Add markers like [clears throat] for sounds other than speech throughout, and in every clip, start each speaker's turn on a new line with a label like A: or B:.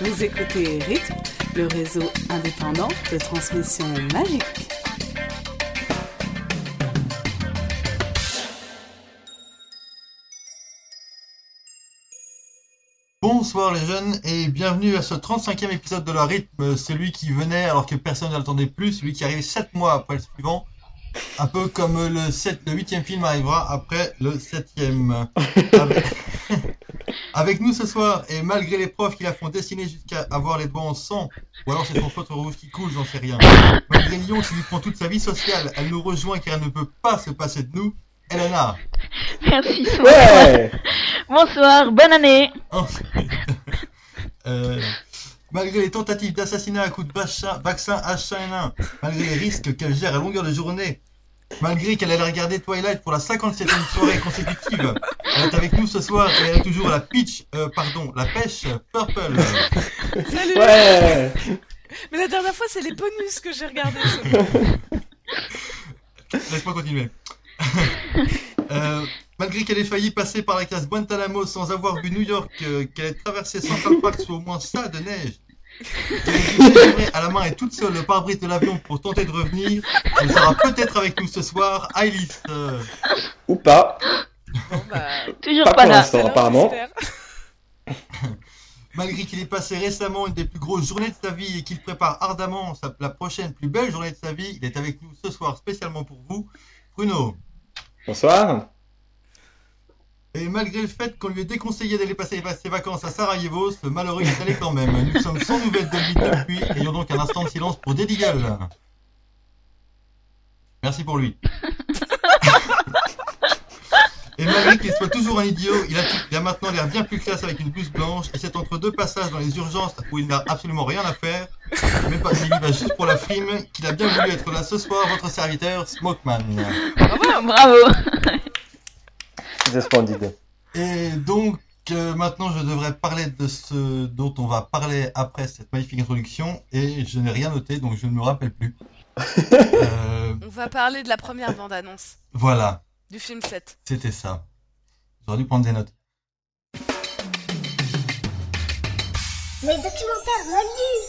A: Vous écoutez Rythme, le réseau indépendant de transmission magique.
B: Bonsoir les jeunes et bienvenue à ce 35e épisode de la rythme, celui qui venait alors que personne n'attendait plus, celui qui arrive 7 mois après le suivant, un peu comme le, 7, le 8e film arrivera après le 7e. Avec... [laughs] Avec nous ce soir, et malgré les profs qui la font dessiner jusqu'à avoir les doigts en sang, ou alors c'est son faute rouge qui coule, j'en sais rien. Malgré Lyon qui lui prend toute sa vie sociale, elle nous rejoint car elle ne peut pas se passer de nous, Elena.
C: Merci. Bonsoir.
D: Ouais
C: [laughs] Bonsoir, bonne année.
B: Euh, malgré les tentatives d'assassinat à coups de vaccin, vaccin H1N1, malgré les risques qu'elle gère à longueur de journée, malgré qu'elle ait regardé Twilight pour la 57e soirée consécutive, elle est avec nous ce soir et elle est toujours à la pitch, euh, pardon, la pêche purple.
A: Salut
D: Ouais
A: Mais la dernière fois, c'est les bonus que j'ai
D: [laughs]
A: regardé.
B: Laisse-moi continuer. [laughs] Euh, malgré qu'elle ait failli passer par la case Guantanamo sans avoir vu New York, euh, qu'elle ait traversé Central Park sous au moins ça de neige, qu'elle ait dû tirer à la main et toute seule le pare-brise de l'avion pour tenter de revenir, elle sera peut-être avec nous ce soir, Ailis. euh,
D: Ou pas
E: Bon bah.
C: Toujours
D: Pas
C: pas,
D: pour
C: là.
D: l'instant. apparemment.
B: malgré qu'il ait passé récemment une des plus grosses journées de sa vie et qu'il prépare ardemment sa- la prochaine plus belle journée de sa vie, il est avec nous ce soir spécialement pour vous, Bruno.
D: Bonsoir
B: Et malgré le fait qu'on lui ait déconseillé d'aller passer ses vacances à Sarajevo, ce malheureux est allé quand même. Nous sommes sans nouvelles de lui depuis, ayons donc un instant de silence pour Dédigal. Merci pour lui. Et malgré qu'il soit toujours un idiot, il a, il a maintenant l'air bien plus classe avec une blouse blanche, et c'est entre deux passages dans les urgences où il n'a absolument rien à faire, mais pas il y va juste pour la frime, qu'il a bien voulu être là ce soir, votre serviteur, Smokeman.
C: Bravo.
D: C'est splendide.
B: Et donc, euh, maintenant, je devrais parler de ce dont on va parler après cette magnifique introduction, et je n'ai rien noté, donc je ne me rappelle plus. Euh,
E: On va parler de la première bande-annonce
B: voilà,
E: du film 7.
B: c'était ça. J'aurais dû prendre des notes.
F: Les documentaires reliés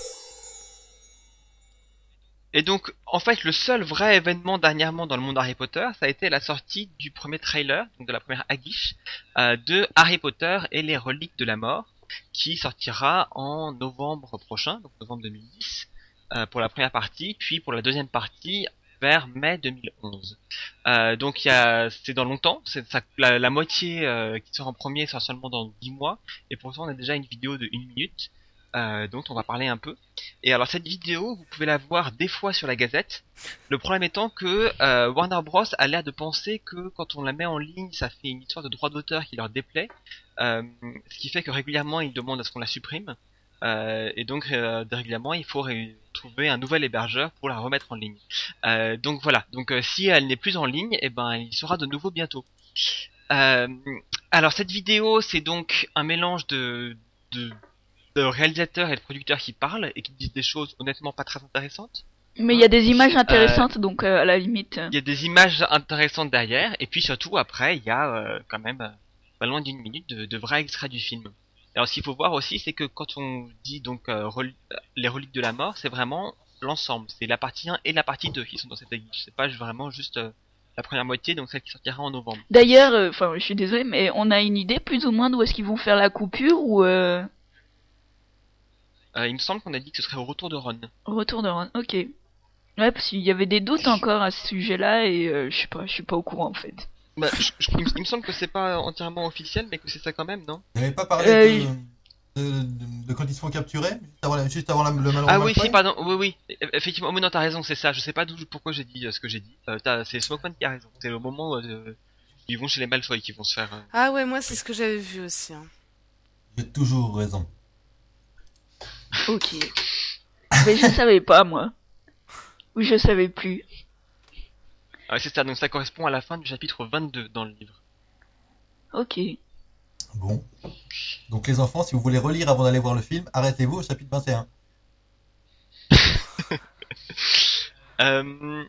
G: Et donc, en fait, le seul vrai événement dernièrement dans le monde Harry Potter, ça a été la sortie du premier trailer, donc de la première aguiche, euh, de Harry Potter et les reliques de la mort, qui sortira en novembre prochain, donc novembre 2010, euh, pour la première partie, puis pour la deuxième partie vers mai 2011. Euh, donc, il y a- c'est dans longtemps, c'est ça- la, la moitié euh, qui sort en premier sort seulement dans 10 mois, et pourtant on a déjà une vidéo de 1 minute, euh, dont on va parler un peu. Et alors cette vidéo, vous pouvez la voir des fois sur la Gazette. Le problème étant que euh, Warner Bros a l'air de penser que quand on la met en ligne, ça fait une histoire de droit d'auteur qui leur déplaît, euh, ce qui fait que régulièrement ils demandent à ce qu'on la supprime. Euh, et donc euh, régulièrement, il faut ré- trouver un nouvel hébergeur pour la remettre en ligne. Euh, donc voilà. Donc euh, si elle n'est plus en ligne, eh ben il sera de nouveau bientôt. Euh, alors cette vidéo, c'est donc un mélange de, de de réalisateurs et de producteurs qui parlent et qui disent des choses honnêtement pas très intéressantes.
C: Mais il y a des images intéressantes, donc euh, à la limite. euh,
G: Il y a des images intéressantes derrière, et puis surtout après, il y a euh, quand même euh, pas loin d'une minute de, de vrais extraits du film. Alors ce qu'il faut voir aussi, c'est que quand on dit donc euh, rel- euh, les reliques de la mort, c'est vraiment l'ensemble, c'est la partie 1 et la partie 2 qui sont dans cette affiche. C'est pas vraiment juste euh, la première moitié, donc celle qui sortira en novembre.
C: D'ailleurs, euh, enfin, je suis désolée, mais on a une idée plus ou moins d'où est-ce qu'ils vont faire la coupure ou euh,
G: Euh, il me semble qu'on a dit que ce serait au retour de Ron.
C: retour de Ron. Ok. Ouais, parce qu'il y avait des doutes encore à ce sujet-là et euh, je sais pas, je suis pas au courant en fait.
G: Bah, je- je- il me- il me semble que c'est pas entièrement officiel, mais que c'est ça quand même, non
B: Vous n'avez pas parlé
C: Euh,
B: de, de- de- de quand ils se font capturer, juste avant, la- juste avant la- le malheureux
G: Ah oui,
B: Malfoy
G: si, pardon, oui, oui, E- effectivement, oui, non, t'as raison, c'est ça, je sais pas d'où, pourquoi j'ai dit euh, ce que j'ai dit, Euh, t'as- c'est Smokeman qui a raison, c'est le moment où euh, ils vont chez les Malfoy qui vont se faire... euh,
E: Ah ouais, moi c'est ce que j'avais vu aussi. hein.
B: J'ai toujours raison.
C: Ok. mais je savais pas moi. Ou je savais plus.
G: euh, ouais, c'est ça, donc ça correspond à la fin du chapitre 22 dans le livre.
C: Ok.
B: Bon. Donc les enfants, si vous voulez relire avant d'aller voir le film, arrêtez-vous au chapitre 21.
G: Euh,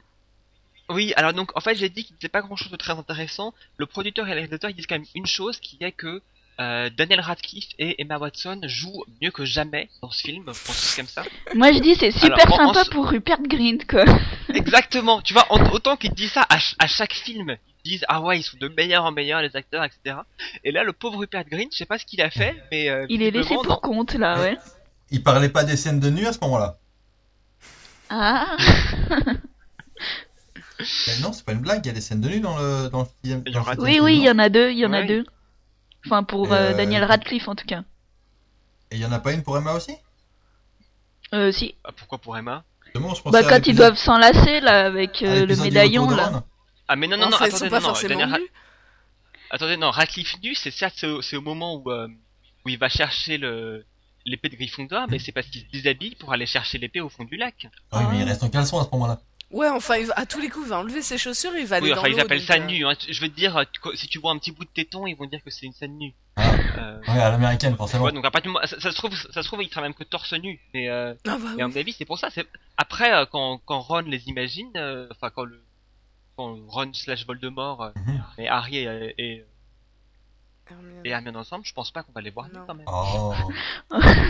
G: Oui, alors donc, en fait, j'ai dit qu'il n'était pas grand-chose de très intéressant, le producteur et le réalisateur ils disent quand même une chose, qui est que euh, Daniel Radcliffe et Emma Watson jouent mieux que jamais dans ce film, je pense comme ça.
C: Moi je dis c'est super
G: Alors, en- en
C: sympa
G: ce-
C: pour Rupert Grint quoi.
G: Exactement, tu vois, en- autant qu'ils disent ça à, ch- à chaque film, ils disent ah ouais, ils sont de meilleurs en meilleurs les acteurs, etc. Et là, le pauvre Rupert Green, je sais pas ce qu'il a fait, mais euh,
C: Il est laissé
G: visiblement,
C: pour compte là Ah
B: [laughs]
C: ouais.
B: Il parlait pas des scènes de nuit à ce moment-là.
C: Ah
B: Mais Ben non, c'est pas une blague, il y a des scènes de nuit dans le, dans le film.
G: Il y aura-
B: dans le
C: oui
B: film,
C: oui il y
B: non
C: en a deux il y en a
G: Ouais.
C: deux. Enfin pour
B: Et,
C: euh,
B: euh,
C: Daniel Radcliffe en tout cas.
B: Et il y en a pas une pour Emma aussi
C: Euh si.
G: Ah, pourquoi pour Emma
B: Justement, je pensais
C: Bah
B: à
C: quand ils
B: l'épisode-
C: doivent s'enlacer là avec
B: à
C: euh, le
B: l'épisode du
C: médaillon
B: retour de
C: là.
B: Ron.
G: Ah mais non non non,
E: Enfin, ils
G: attendez
E: sont
G: non,
E: pas
G: non,
E: forcément
G: Daniel Ra-
E: nus.
G: attendez non, Radcliffe nu, c'est certes c'est au, c'est au moment où euh, où il va chercher le l'épée de Gryffondor, mais c'est parce qu'il se déshabille pour aller chercher l'épée au fond du lac.
B: Ah oui, mais il reste en caleçon à ce moment-là.
E: Ouais, enfin, il va- à tous les coups, il va enlever ses chaussures et il va aller
G: oui,
E: dans
G: enfin ils
E: l'eau,
G: appellent
E: donc,
G: ça
E: euh,
G: nu. Hein. Je veux te dire, tu- co- si tu vois un petit bout de téton, ils vont dire que c'est une scène nue.
B: Ah.
G: Euh,
B: Ouais, à l'américaine,
G: tu
B: forcément.
G: vois, donc à partir du moment- ça, ça se trouve, ça se trouve, il sera même que torse nu. Mais euh,
E: Ah bah
G: Et à
E: oui.
G: mon avis, c'est pour ça. C'est après euh, quand quand Ron les imagine, euh, enfin quand le quand Ron slash
E: [laughs]
G: Voldemort euh,
B: Mhm.
G: et Harry et, et,
E: Hermione.
G: et Hermione ensemble, je pense pas qu'on va les voir nus
E: Non.
G: quand même.
B: Oh.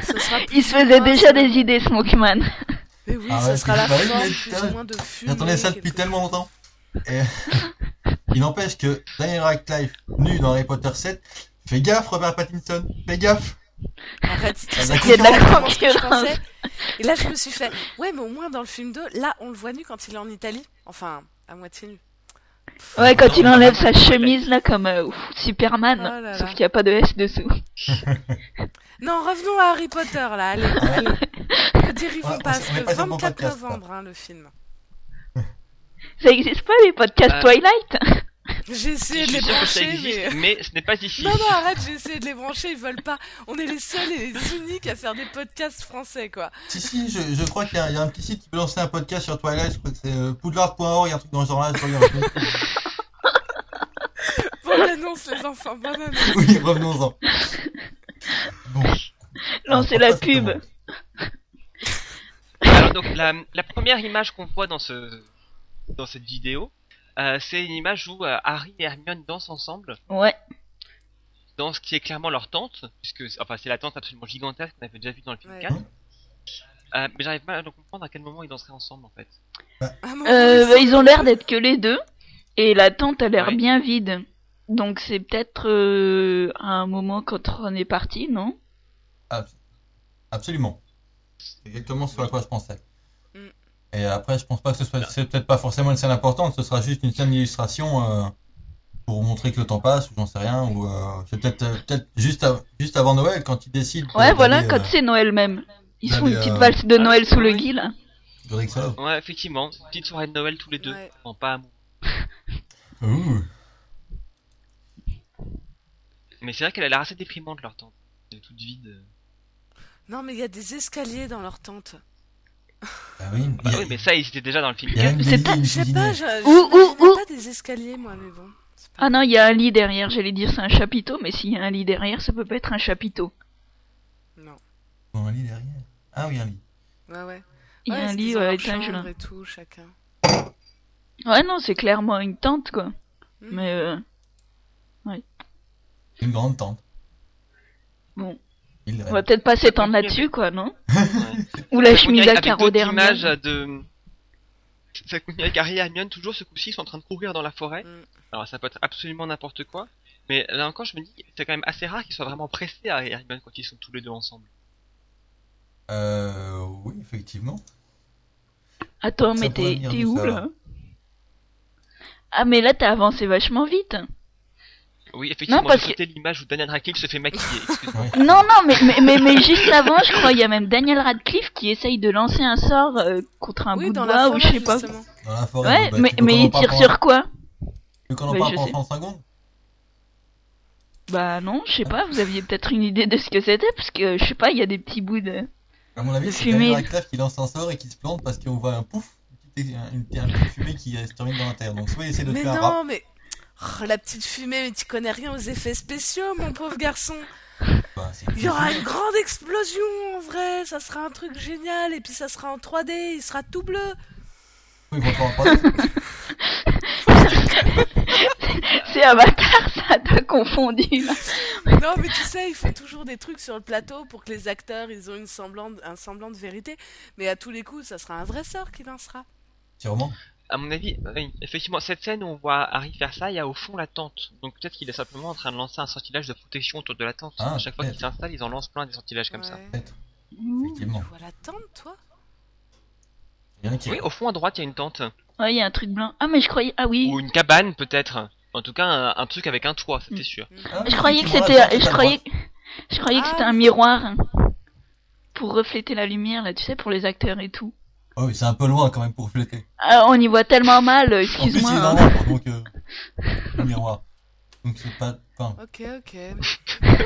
E: Ce sera plus
C: Il se faisait
E: ou moins,
C: déjà
E: ça-
C: des idées Smokeman.
E: Mais oui,
B: Ah
E: ce
B: ouais,
E: sera
B: puis-
E: la
B: bah oui,
E: forme
B: mais
E: plus
B: putain,
E: ou moins de fumée.
B: J'attendais ça depuis
E: quelque-
B: tellement longtemps. Et... [laughs] il n'empêche que Daniel Radcliffe, nu dans Harry Potter 7, fais gaffe, Robert Pattinson, fais gaffe.
E: Arrête, tu sais
B: Il y a de
C: la
E: exactement ce que je
C: concurrence.
E: pensais. Et là, je me suis fait. Ouais, mais au moins dans le film 2, là, on le voit nu quand il est en Italie. Enfin, à moitié nu.
C: [laughs] Ouais quand il
G: Non,
C: enlève
G: non,
C: sa
G: non,
C: chemise là comme euh, ouf, Superman.
E: Oh là là.
C: Sauf qu'il n'y a pas de S dessous. [laughs]
E: Non, revenons à Harry Potter, là. Allez, allez. Ne dérivons
B: Ouais, on s-
E: pas.
B: on
E: C'est
B: est
E: le
B: pas sur mon
E: 24
B: podcast, là.
E: novembre, hein, le film.
C: Ça existe pas les podcasts
G: Euh,
C: Twilight
E: J'ai essayé de
G: Je suis
E: les
G: sûr que ça
E: brancher,
G: existe,
E: mais.
G: mais ce n'est pas ici.
E: Non, non, arrête, j'ai essayé de les brancher, ils veulent pas. On est les seuls et les uniques à faire des podcasts français, quoi.
B: Si, si, je, je crois qu'il y, a- il y a un petit site qui peut lancer un podcast sur Twilight, je crois que c'est euh, poudlard.org, il y a un truc dans ce genre-là, je crois qu'il y a un truc.
C: [laughs]
E: Bonne annonce, les enfants, bonne annonce.
B: Oui, revenons-en. Bon.
C: Lancez
B: Ah,
C: la
B: ça, c'était
C: pub.
B: bon.
G: [laughs] Alors donc la, la première image qu'on voit dans ce dans cette vidéo, euh, c'est une image où euh, Harry et Hermione dansent ensemble
C: Ouais.
G: dans ce qui est clairement leur tente, puisque c'est- enfin c'est la tente absolument gigantesque qu'on avait déjà vue dans le film
E: Ouais.
G: 4. Euh, mais j'arrive pas à comprendre à quel moment ils danseraient ensemble en fait.
E: Ah, mon
C: Euh,
E: Dieu,
C: bah, ils ont l'air d'être que les deux. Et la tente a l'air
G: Ouais.
C: bien vide. Donc c'est peut-être euh, à un moment quand on est parti, non
B: Absolument. C'est exactement ce à quoi je pensais.
E: Mm.
B: Et après, je pense pas que ce soit, c'est peut-être pas forcément une scène importante, ce sera juste une scène d'illustration euh, pour montrer que le temps passe, ou j'en sais rien, ou euh, c'est peut-être euh, peut-être juste, av- juste avant Noël quand ils décident.
C: Ouais,
B: d'aller,
C: voilà,
B: euh,
C: quand c'est Noël même. Ils
B: d'aller,
C: font une petite
B: euh,
C: valse de
G: ah,
C: Noël sous le
G: oui.
C: gui, là.
B: du Rick Solo.
G: Ouais, effectivement, petite soirée de Noël tous les deux.
E: Ouais.
G: Non, pas amour.
B: Ouh.
G: Mais c'est vrai qu'elle a l'air assez déprimante leur tente. Elle est toute vide.
E: Non, mais il y a des escaliers dans leur tente.
B: Ah oui,
G: Bah
B: il y a-
G: oui, mais ça, ils étaient déjà dans le film.
B: il y a même
C: c'est
B: Daisy,
C: pas-
B: une
E: Je sais pas,
B: cuisinière.
E: je
C: Ouh, ouh,
E: j'imaginais
C: ouh.
E: pas des escaliers, moi, mais bon. c'est pas
C: Ah non,
E: grave.
C: il y a un lit derrière. J'allais dire c'est un chapiteau, mais s'il y a un lit derrière, ça peut pas être un chapiteau.
E: Non.
B: Bon, un lit derrière. Ah oui, un lit.
E: Ouais, ouais.
C: Il y
E: Ouais,
C: a un
E: parce
C: lit
E: qu'ils ont
C: euh,
E: leur
C: étage, là.
E: chambre et tout, chacun.
C: Ouais, non, c'est clairement une tente, quoi.
E: Mm.
C: Mais euh,
B: Une grande tente.
C: bon,
B: Il
C: on va peut-être pas s'étendre là-dessus,
B: [laughs]
C: quoi, non Ou la
G: Ça combine
C: chemise à
G: avec
C: carreaux
G: d'autres
C: derrière.
G: images de. Ça combine avec Harry et Hermione, toujours ce coup-ci, ils sont en train de courir dans la forêt.
E: Mm.
G: Alors ça peut être absolument n'importe quoi. Mais là encore, je me dis, c'est quand même assez rare qu'ils soient vraiment pressés Harry et Hermione quand ils sont tous les deux ensemble.
B: Euh, oui,
C: [laughs]
B: effectivement.
C: Attends,
B: Ça
C: mais
B: pourrait
C: t'es
B: venir
C: t'es
B: d'où,
C: où
B: ça,
C: là Ah, mais là t'as avancé vachement vite.
G: Oui, effectivement,
C: parce
G: j'ai
C: que-
G: sauté l'image où Daniel Radcliffe se fait maquiller. excuse-moi.
B: Ouais.
C: Non, non, mais, mais, mais, mais juste avant, je crois, il y a même Daniel Radcliffe qui essaye de lancer un sort euh, contre un bout
E: Oui,
C: de
E: dans
C: bois
E: la
C: ou
E: forêt,
C: je sais pas.
E: justement.
B: Dans la forêt.
C: Ouais,
B: bah,
C: mais,
B: tu veux qu'on
C: mais
B: en
C: il
B: parle
C: tire
B: pendant-
C: sur quoi
B: Tu veux qu'on en
C: Ouais,
B: parle
C: je
B: pendant
C: sais.
B: 30 secondes
C: Bah non, je sais pas, vous aviez peut-être une idée de ce que c'était, parce que je sais pas, il y a des petits bouts de... [laughs]
B: À mon avis,
C: De
B: c'est
C: fumée.
B: Daniel Radcliffe qui lance un sort et qui se plante parce qu'on voit un pouf, une petite, une, petite- un petit fumée qui euh, se termine dans la terre. Donc soit il essaie de
E: Mais
B: faire un rap.
E: non, mais. Oh, la petite fumée, mais tu connais rien aux effets spéciaux, mon pauvre garçon.
B: Enfin, bah, c'est-
E: Il y aura une grande explosion en vrai, ça sera un truc génial, et puis ça sera en 3D, il sera tout bleu. [laughs]
B: Ils vont pas en parler.
C: C'est Avatar, ça t'a confondu. là.
E: Non, mais tu sais, ils font toujours des trucs sur le plateau pour que les acteurs, ils ont une semblante, un semblant de vérité. Mais à tous les coups, ça sera un vrai sort qui lancera.
B: Sûrement.
G: À mon avis, oui, effectivement, cette scène où on voit Harry faire ça, il y a au fond la tente. Donc peut-être qu'il est simplement en train de lancer un sortilège de protection autour de la tente.
B: Ah,
G: à chaque fois qu'il
B: peut-être.
G: s'installe, ils en lancent plein des sortilèges comme ça.
E: Ouais.
B: Peut-être. Effectivement.
E: Tu vois la tente, toi
B: Il y en a qui-
G: Oui, au fond à droite, il y a une tente.
C: Ouais, il y a un truc blanc. Ah, mais je croyais. Ah oui.
G: Ou une cabane, peut-être. En tout cas, un, un truc avec un toit, c'était
C: Mm.
G: sûr.
B: Ah,
C: Je croyais que
B: effectivement, la tente
C: c'était.
B: est
C: Je
B: à
C: croyais.
B: droite.
C: Je croyais que
E: Ah,
C: c'était un
E: oui.
C: miroir hein, pour refléter la lumière là, tu sais, pour les acteurs et tout.
B: Ah oui, c'est un peu loin quand même pour fléter.
C: Ah, on y voit tellement mal. euh,
B: En plus, il est
C: Excuse-moi.
B: dans
C: hein.
B: l'ombre, donc euh, le miroir. Donc c'est pas. Enfin,
E: Ok, ok.
B: c'est-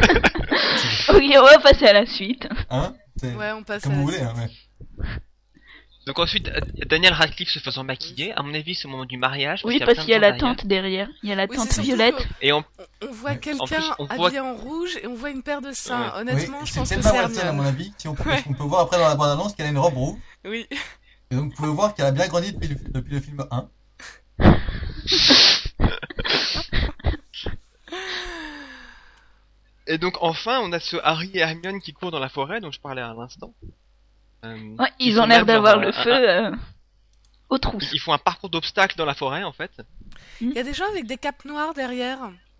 C: Ok, on va passer à la suite.
B: hein c'est
E: Ouais, on passe
B: comme
E: à
B: vous
E: la
B: voulez.
E: suite.
B: Hein, mais...
G: Donc ensuite, euh, Daniel Radcliffe se faisant maquiller, à mon avis, c'est au moment du mariage.
C: Oui,
G: qu'il
C: parce qu'il y a
G: plein de
C: la
G: gens derrière.
C: tente derrière. Il y a la
E: Oui,
C: tente
E: c'est surtout
C: violette.
E: que
G: Et en-
E: on- On voit
B: En
E: quelqu'un
G: on voit-
E: habillé en rouge et on voit une paire de seins.
B: Oui,
E: Honnêtement, je
B: c'est
E: pense que
B: peut-être
E: c'est
B: pas Watson à mon
E: Hermione.
B: avis. Si on, peut,
E: Ouais.
B: on peut voir après dans la bande-annonce qu'elle a une robe rouge.
E: Oui.
B: Et donc vous pouvez voir qu'elle a bien grandi depuis le, depuis le film 1.
G: Et donc enfin, on a ce Harry et Hermione qui courent dans la forêt, dont je parlais à l'instant. Euh,
C: Ouais, ils
G: ils
C: ont
G: font
C: l'air
G: même
C: d'avoir
G: leur,
C: le
G: euh,
C: feu euh, aux trousses.
G: ils font un parcours d'obstacles dans la forêt, en fait.
E: Il y a des gens avec des capes noires derrière.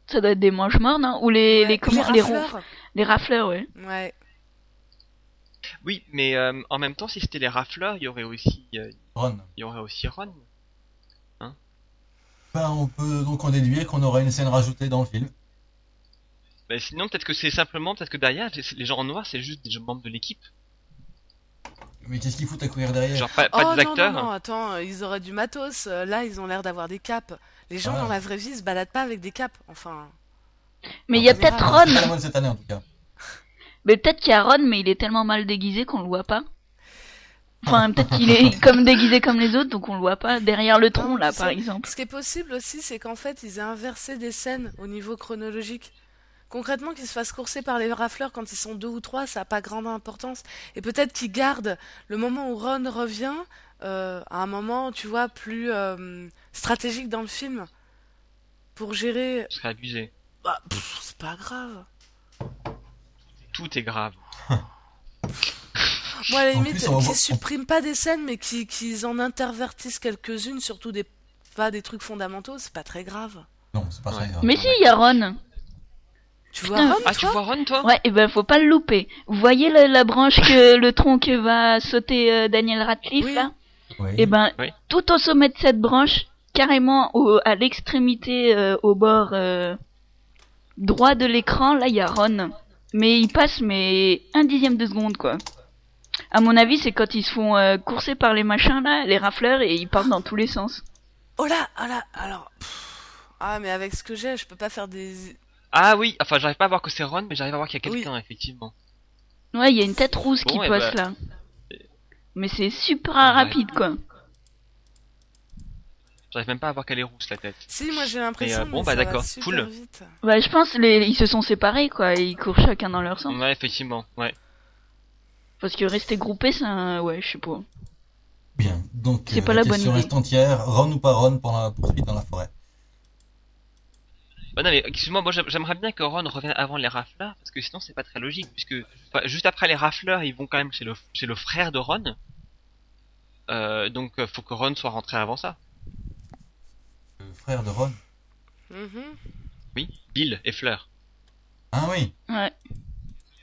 C: Ça doit être des manches morts, non Ou les, les,
E: Ouais,
C: comment, les,
E: les
C: ronds-
E: rafleurs.
C: les rafleurs, ouais.
E: Ouais.
G: Oui, mais euh, en même temps, si c'était les rafleurs, il y aurait aussi, euh,
B: Ron.
G: il y aurait aussi Ron.
B: Ben, on peut donc en déduire qu'on aura une scène rajoutée dans le film.
G: Mais Ben, sinon, peut-être que c'est simplement, peut-être que derrière, les- les gens en noir, c'est juste des membres de l'équipe.
B: Mais qu'est-ce qu'il fout à courir derrière
G: Genre pas, pas
E: Oh non,
G: des
E: non,
G: acteurs. hein.
E: non, attends, euh, ils auraient du matos. Euh, Là, ils ont l'air d'avoir des capes. Les gens
B: Ah.
E: dans la vraie vie se baladent pas avec des capes. Enfin.
C: Mais il y a
E: c'est
C: peut-être
E: rare.
B: C'est pas la
C: Ron.
B: mode cette année en tout cas.
C: Mais peut-être qu'il y a Ron, mais il est tellement mal déguisé qu'on le voit pas. Enfin, peut-être qu'il est comme déguisé comme les autres, donc on le voit pas. Derrière le tronc,
E: Non,
C: là,
E: c'est-
C: par exemple.
E: Ce qui est possible aussi, c'est qu'en fait, ils aient inversé des scènes au niveau chronologique. Concrètement, qu'ils se fassent courser par les rafleurs quand ils sont deux ou trois, ça n'a pas grande importance. Et peut-être qu'ils gardent le moment où Ron revient euh, à un moment, tu vois, plus euh, stratégique dans le film. Pour gérer.
G: Ce serait abusé.
E: Bah, pff, c'est pas grave.
G: Tout est grave.
E: Moi, à la
B: En
E: limite,
B: plus, on va
E: qu'ils
B: voir-
E: suppriment pas des scènes, mais qu'ils qu'ils en intervertissent quelques-unes, surtout des, pas des trucs fondamentaux, c'est pas très grave.
B: Non, c'est pas très
G: Ouais.
B: grave.
C: Mais si, il y a Ron.
E: Tu vois,
C: Putain,
E: Ron,
G: Ah, tu vois Ron, toi
C: Ouais, et ben faut pas le louper. Vous voyez la, la branche que le tronc que va sauter euh, Daniel Radcliffe
E: Oui.
C: là
B: Oui.
C: Et ben
G: Oui.
C: tout au sommet de cette branche, carrément au- à l'extrémité euh, au bord euh, droit de l'écran, là il y a Ron. Mais il passe mais un dixième de seconde quoi. À mon avis, c'est quand ils se font euh, courser par les machins là, les rafleurs et ils partent dans tous les sens.
E: Oh là, oh là, alors. pff, Ah, mais avec ce que j'ai, je peux pas faire des.
G: Ah oui, enfin j'arrive pas à voir que c'est Ron, mais j'arrive à voir qu'il y a quelqu'un, effectivement.
C: Ouais, il y a une tête rousse qui
G: Bon, eh
C: passe là. Mais c'est super rapide quoi.
G: J'arrive même pas à voir qu'elle est rousse la tête.
E: Si, moi j'ai l'impression.
G: Et, euh, bon,
E: mais
G: bah,
E: ça va
G: d'accord,
E: super
G: cool.
E: vite.
C: Bah, je pense les, ils se sont séparés quoi, et ils courent chacun dans leur sens.
G: Ouais, effectivement, ouais.
C: Parce que rester groupé, c'est un... ouais, je sais pas.
B: Bien. Donc, euh,
C: C'est pas la bonne
B: question
C: idée.
B: reste entière. Ron ou pas Ron pour la poursuite dans la forêt.
G: Bah non, mais excuse-moi, moi j'aim- j'aimerais bien que Ron revienne avant les rafleurs, parce que sinon c'est pas très logique, puisque enfin, juste après les rafleurs, ils vont quand même chez le, chez le frère de Ron. Euh, donc euh, faut que Ron soit rentré avant ça.
B: Le frère de Ron.
E: Mhm.
G: Oui, Bill et Fleur.
B: Ah oui,
C: Ouais.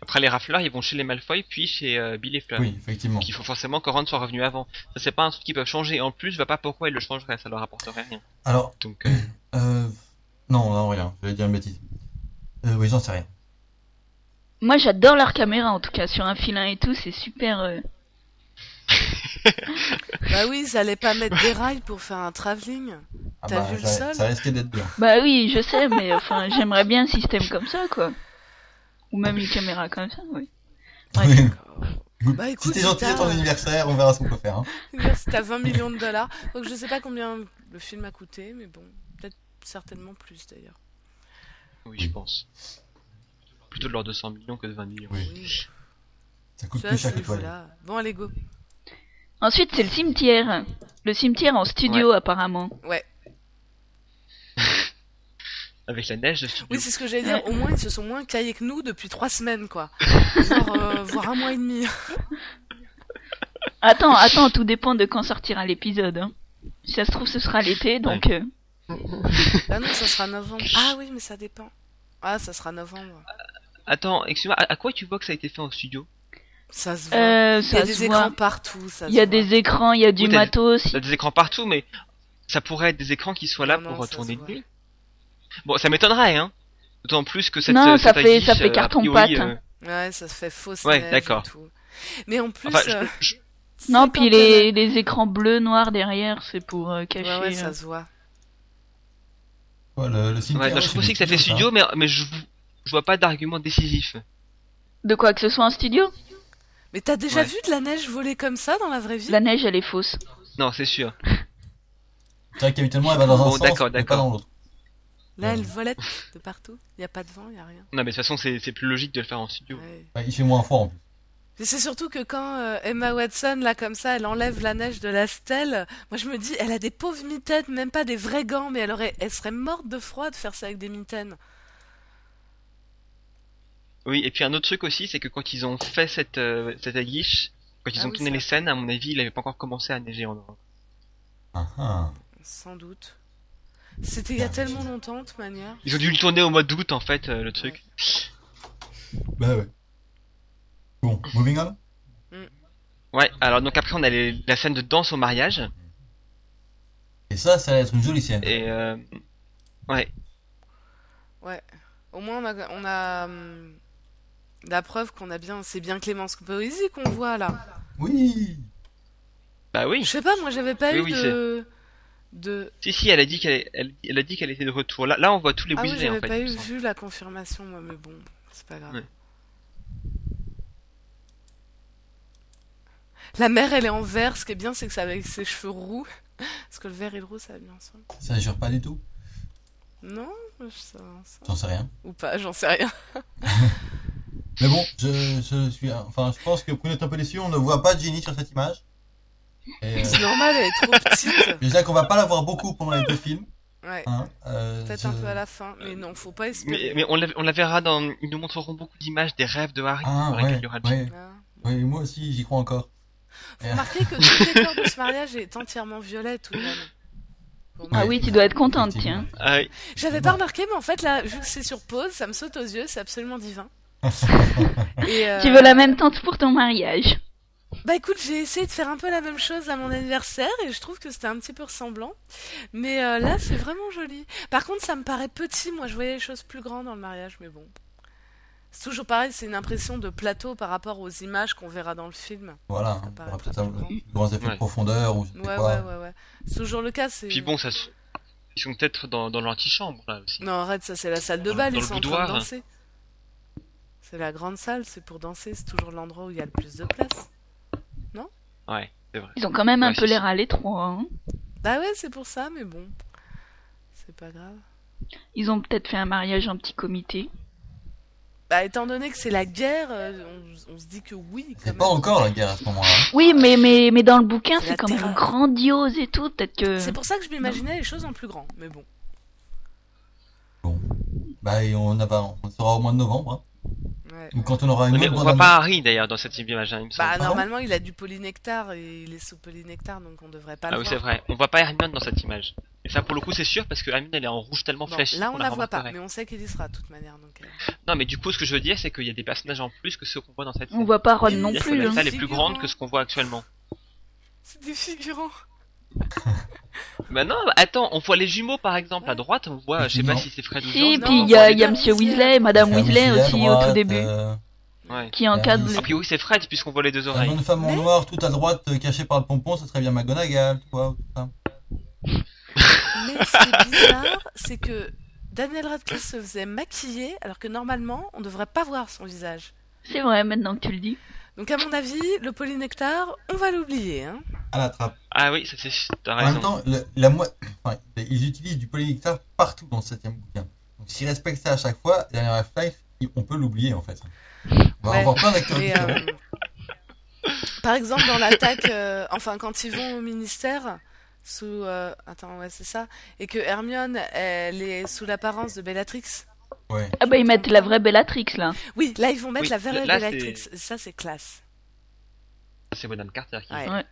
G: Après les rafleurs, ils vont chez les Malfoy, puis chez euh, Bill et Fleur.
B: oui, effectivement.
G: Donc il faut forcément que Ron soit revenu avant. Ça c'est pas un truc qu'ils peuvent changer. En plus, je vois pas pourquoi ils le changeraient, ça leur apporterait rien.
B: Alors,
G: Donc
B: [coughs]
G: euh,
B: euh... non, non, rien. Je vais dire une bêtise. Euh, oui, j'en sais rien.
C: Moi, j'adore leur caméra en tout cas, sur un filin et tout, c'est super. euh.
E: Bah oui, ils allaient pas mettre des rails pour faire un travelling.
B: Ah
E: T'as vu le
B: ça-
E: sol
B: Ça risquait d'être bien.
C: Bah oui, je sais, mais enfin, j'aimerais bien un système comme ça quoi. Ou même une caméra comme ça, oui. Ouais,
B: Oui.
E: Bah
B: si
E: écoute,
B: t'es
E: si
B: gentil à ton
E: [laughs] t'as
B: anniversaire, on verra ce qu'on peut faire. hein.
E: si t'as 20 millions de dollars, donc je sais pas combien le film a coûté, mais bon, peut-être certainement plus d'ailleurs.
G: oui, je pense. Plutôt de l'ordre de 100 millions que de 20 millions.
B: Oui.
E: Oui,
B: Ça coûte
E: ça
B: plus
E: c'est
B: cher que toi.
E: voilà. Bon, allez, go.
C: Ensuite, c'est le cimetière. Le cimetière en studio apparemment.
E: Ouais.
G: avec la neige de studio.
E: Oui, c'est ce que j'allais dire. Au moins, ils se sont moins caillés que nous depuis trois semaines,
C: [laughs]
E: quoi. Voire, euh, voire un mois et demi.
C: Attends, attends, tout dépend de quand sortira l'épisode. hein. Si ça se trouve, ce sera l'été, donc... euh,
E: Ah non, ça sera novembre. Ah oui, mais ça dépend. Ah, ça sera novembre.
G: Attends, excuse-moi, à, à quoi tu vois que ça a été fait en studio
E: Ça se voit.
C: euh,
E: il y a
C: ça
E: des
C: se voit.
E: écrans partout. Ça
C: Il y a
E: se voit.
C: des écrans, il y a du
G: Oui, t'as-
C: matos.
G: Il y a des écrans partout, mais ça pourrait être des écrans qui soient là
E: Non, non,
G: pour
E: ça
G: tourner
E: se
G: de
E: voit.
G: nuit. Bon, ça m'étonnerait, hein. D'autant plus que cette.
C: Non,
G: euh,
C: ça
G: cette
C: fait- ça
G: affiche,
C: fait
G: euh, a
C: carton-pâte.
G: priori, euh,
E: Ouais, ça se fait fausse
G: Ouais,
E: neige
G: d'accord.
E: et tout. Mais en plus,
G: Enfin, je-
E: euh,
G: je-
C: Non,
E: c'est
C: puis
E: quand même-
C: les, les écrans bleus, noirs derrière, c'est pour euh, cacher...
E: Ouais, ouais, ça
C: euh,
E: se voit.
B: Ouais, le, le cimetière,
G: ouais, non, je
B: c'est hein.
G: trouve aussi
B: des
G: que ça fait
B: studios,
G: studio, mais, mais je, je vois pas d'argument décisif.
C: De quoi que ce soit en studio
E: Mais t'as déjà
G: Ouais.
E: vu de la neige voler comme ça dans la vraie vie
C: La neige, elle est fausse.
G: Non, c'est sûr.
B: C'est vrai qu'habituellement, elle va dans un
G: Bon,
B: sens,
G: d'accord,
B: mais pas
G: d'accord.
B: dans l'autre.
E: Là, elle volette de partout. Il y a pas de vent, il y a rien.
G: Non, mais de toute façon, c'est c'est plus logique de le faire en studio.
E: Ouais.
B: Ouais, il fait moins froid en plus.
E: Mais c'est surtout que quand euh, Emma Watson, là, comme ça, elle enlève la neige de la stèle, moi je me dis, elle a des pauvres mitaines, même pas des vrais gants, mais elle, aurait... elle serait morte de froid de faire ça avec des mitaines.
G: Oui, et puis un autre truc aussi, c'est que quand ils ont fait cette, euh, cette aguiche, quand ils
E: Ah
G: ont
E: oui,
G: tourné
E: ça.
G: les scènes, à mon avis, il avait pas encore commencé à neiger en Europe.
B: Ah, ah.
E: Sans doute. C'était il y a
B: Ah,
E: tellement
B: mais-
E: longtemps, de toute manière.
G: Ils ont dû le tourner au mois d'août, en fait, euh, le truc.
B: Bah ouais. Bon, moving on.
G: Ouais, alors donc après, on a les- la scène de danse au mariage.
B: Et ça, ça va être une jolie scène.
G: Et euh,
E: Au moins, on a, on a hum, la preuve qu'on a bien. C'est bien Clémence Poésie qu'on voit là.
B: Oui
G: bah
E: Je
G: oui,
E: sais pas, moi j'avais pas
G: Oui,
E: eu
G: oui,
E: de. de...
G: si si, elle a dit qu'elle elle, elle a dit qu'elle était de retour. Là, là, on voit tous les
E: Ah oui,
G: Weasley en
E: j'avais
G: fait.
E: pas
G: il
E: eu
G: me semble.
E: vu la confirmation, moi, mais bon, c'est pas grave.
G: Ouais.
E: La mère, elle est en vert. Ce qui est bien, c'est que ça avec ses cheveux roux. [laughs] Parce que le vert et le roux, ça va bien ensemble.
B: Ça jure pas du tout.
E: Non, ça va ensemble.
B: J'en sais rien.
E: Ou pas, j'en sais rien.
B: Mais bon, je, je suis. Enfin, je pense que pour être un peu déçu, on ne voit pas Ginny sur cette image. Et, euh,
E: [laughs] C'est normal, elle est trop petite.
B: déjà qu'on va pas la voir beaucoup pendant les deux films.
E: Ouais.
B: Hein. Euh,
E: Peut-être
B: je-
E: un peu à la fin, mais non, faut pas espérer.
G: Mais, mais on, la, on la verra dans. Ils nous montreront beaucoup d'images des rêves de Harry.
B: Ah,
G: dans lesquels
B: ouais,
G: il y aura-
B: ouais,
E: Hein.
B: ouais, moi aussi, j'y crois encore.
E: Vous remarquez que tout le décor de ce mariage est entièrement violet tout de même. Pour moi.
C: Ah oui, tu dois être contente,
B: effectivement.
C: tiens.
G: Ah oui.
E: J'avais pas remarqué, mais en fait, là, vu que c'est sur pause, ça me saute aux yeux, c'est absolument [laughs] divin. Et, euh,
C: Tu veux la même tente pour ton mariage
E: Bah écoute, j'ai essayé de faire un peu la même chose à mon anniversaire et je trouve que c'était un petit peu ressemblant. Mais euh, là, c'est vraiment joli. Par contre, ça me paraît petit, moi je voyais les choses plus grandes dans le mariage, mais bon. C'est toujours pareil, c'est une impression de plateau par rapport aux images qu'on verra dans le film.
B: Voilà, hein, on
E: paraît
B: aura
E: pas
B: peut-être
E: plus
B: un
E: grand.
B: plus grand effet
G: Ouais.
B: de profondeur ou je sais
E: Ouais, ouais,
B: quoi.
E: ouais, ouais. C'est toujours le cas, c'est.
G: Puis bon, ça se- ils sont peut-être dans, dans l'antichambre là aussi.
E: Non, arrête, ça c'est la salle de
G: Dans le-
E: bal,
G: dans
E: ils
G: le
E: sont en train
G: boudoir.
E: de danser. C'est la grande salle, c'est pour danser, c'est toujours l'endroit où il y a le plus de place.
G: Ouais.
C: Ils ont quand même un
G: Ouais,
C: peu
G: c'est
C: l'air à l'étroit. Hein.
E: Bah ouais, c'est pour ça, mais bon. C'est pas grave.
C: Ils ont peut-être fait un mariage en petit comité.
E: Bah étant donné que c'est la guerre, euh, on, on se dit que oui, quand
B: C'est
E: même.
B: pas encore la guerre à ce moment-là.
C: Oui,
E: Oh,
C: mais, mais, mais dans le bouquin,
E: C'est
C: c'est
E: la
C: quand même
E: terreur.
C: grandiose et tout. Peut-être que.
E: C'est pour ça que je m'imaginais les choses en plus grand, mais bon.
B: Bah, et on, a pas- on sera au mois de novembre. hein.
E: Ouais.
B: Ou quand on aura une
G: Mais
B: autre
G: on
B: bande
G: voit pas Harry d'ailleurs dans cette image, hein, il me semble.
E: Bah
B: pardon
E: normalement, il a du polynectar et il est sous polynectar, donc on devrait pas
G: Ah
E: le
G: oui, c'est
E: voir.
G: vrai. On voit pas Hermione dans cette image. Et ça, pour le coup, c'est sûr parce que Hermione, elle est en rouge tellement
E: Bon,
G: flashy.
E: là,
G: qu'on
E: on la voit pas,
G: remarquerait.
E: mais on sait qu'il y sera de toute manière. Donc, euh,
G: Non, mais du coup, ce que je veux dire, c'est qu'il y a des personnages en plus que ceux qu'on voit dans cette.
C: On voit pas Ron
E: Il y a
C: non
E: ça,
C: plus.
G: La
C: hein.
G: salle est plus
E: Figurant.
G: grande que ce qu'on voit actuellement.
E: C'est des figurants.
G: Bah non, bah attends, on voit les jumeaux par exemple à droite, on voit, je sais pas
B: Non.
G: si c'est Fred ou
C: Si,
G: George.
E: non,
C: puis
E: on
C: il y a,
E: voit
C: il y a
E: les
C: Monsieur
E: dames.
C: Weasley et Madame
B: C'est un
C: Weasley
B: Weasley à
C: aussi au tout
B: droite,
C: début,
B: euh,
G: Ouais.
C: qui encadre.
B: Hermione.
G: Ah puis oui, c'est Fred puisqu'on voit les deux
B: Un
G: oreilles.
B: jeune femme en noir tout à droite euh, cachée par le pompon, ça serait bien McGonagall, tu vois. ou tout ça.
E: Mais ce qui est bizarre, c'est que Daniel Radcliffe se faisait maquiller alors que normalement on devrait pas voir son visage.
C: C'est vrai, maintenant que tu le dis.
E: Donc à mon avis, le polynectar, on va l'oublier. Hein.
B: À la trappe.
G: Ah oui, ça c'est t'as
B: En même
G: raison.
B: temps, le- la moi... enfin, ils utilisent du polynectar partout dans le septième bouquin. Donc s'ils respectent ça à chaque fois, la dernière Half-Life, ils- on peut l'oublier en fait. On va
E: Ouais.
B: avoir plein d'acteurs
E: Mais,
B: différents.
E: euh, par exemple, dans l'attaque, euh, enfin quand ils vont au ministère, sous. euh, Attends, ouais, c'est ça. Et que Hermione, elle est sous l'apparence de Bellatrix.
B: Ouais.
C: Ah bah ils mettent la vraie Bellatrix là.
E: Oui, là, ils vont mettre
G: Oui,
E: la vraie
G: là, c'est-
E: Bellatrix. Ça, c'est classe.
G: C'est Madame Carter qui.
E: Ouais.
C: Ouais.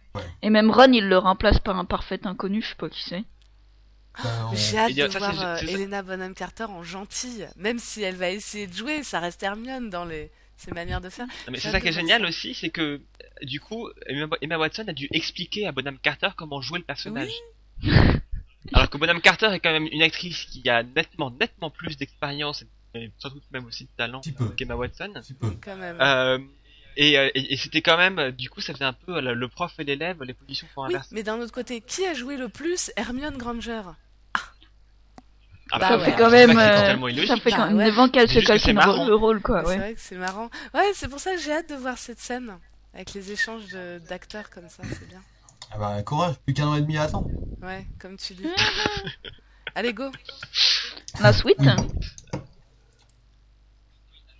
C: Et même Ron, il le remplace par un parfait inconnu, je sais pas qui c'est.
B: Ben, on-
E: J'ai hâte
G: Et dire-
E: de
G: ça,
E: voir
G: c'est-
E: euh,
G: c'est-
E: Helena Bonham Carter en gentille. Même si elle va essayer de jouer, ça reste Hermione dans les... ses manières de faire.
G: Non, mais
E: J'ai
G: c'est
E: hâte
G: ça qui
E: de
G: est
E: voir
G: génial
E: ça.
G: aussi, c'est que euh, du coup, Emma Emma Watson a dû expliquer à Bonham Carter comment jouer le personnage. Alors que Bonham Carter est quand même une actrice qui a nettement, nettement plus d'expérience et surtout même aussi de talent
B: Petit peu.
G: qu'Emma Watson.
B: Un petit peu.
E: Quand même.
G: Euh, et euh, et- et c'était quand même, euh, du coup, ça faisait un peu euh, le le prof et l'élève, les positions pour
E: oui,
G: inverser.
E: mais d'un autre côté, qui a joué le plus Hermione Granger
G: Ah,
E: Bah
C: ça
E: ouais.
C: fait quand
G: je dis
C: même.
G: pas que c'est
C: euh,
G: totalement illogique.
C: ça fait quand
E: Bah
C: même
E: ouais.
C: 9 ans qu'elle
G: C'est
C: se
G: juste que
C: cache
G: c'est marrant.
C: le rôle quoi.
E: Mais
C: Ah
E: C'est
C: Ouais.
E: vrai que c'est marrant. Ouais, c'est pour ça que j'ai hâte de voir cette scène. Avec les échanges de- d'acteurs comme ça, c'est bien.
B: Ah bah, courage, plus qu'un an et demi à attendre.
E: Ouais, comme tu dis.
C: Hmm.
E: Allez, go
C: La suite hein,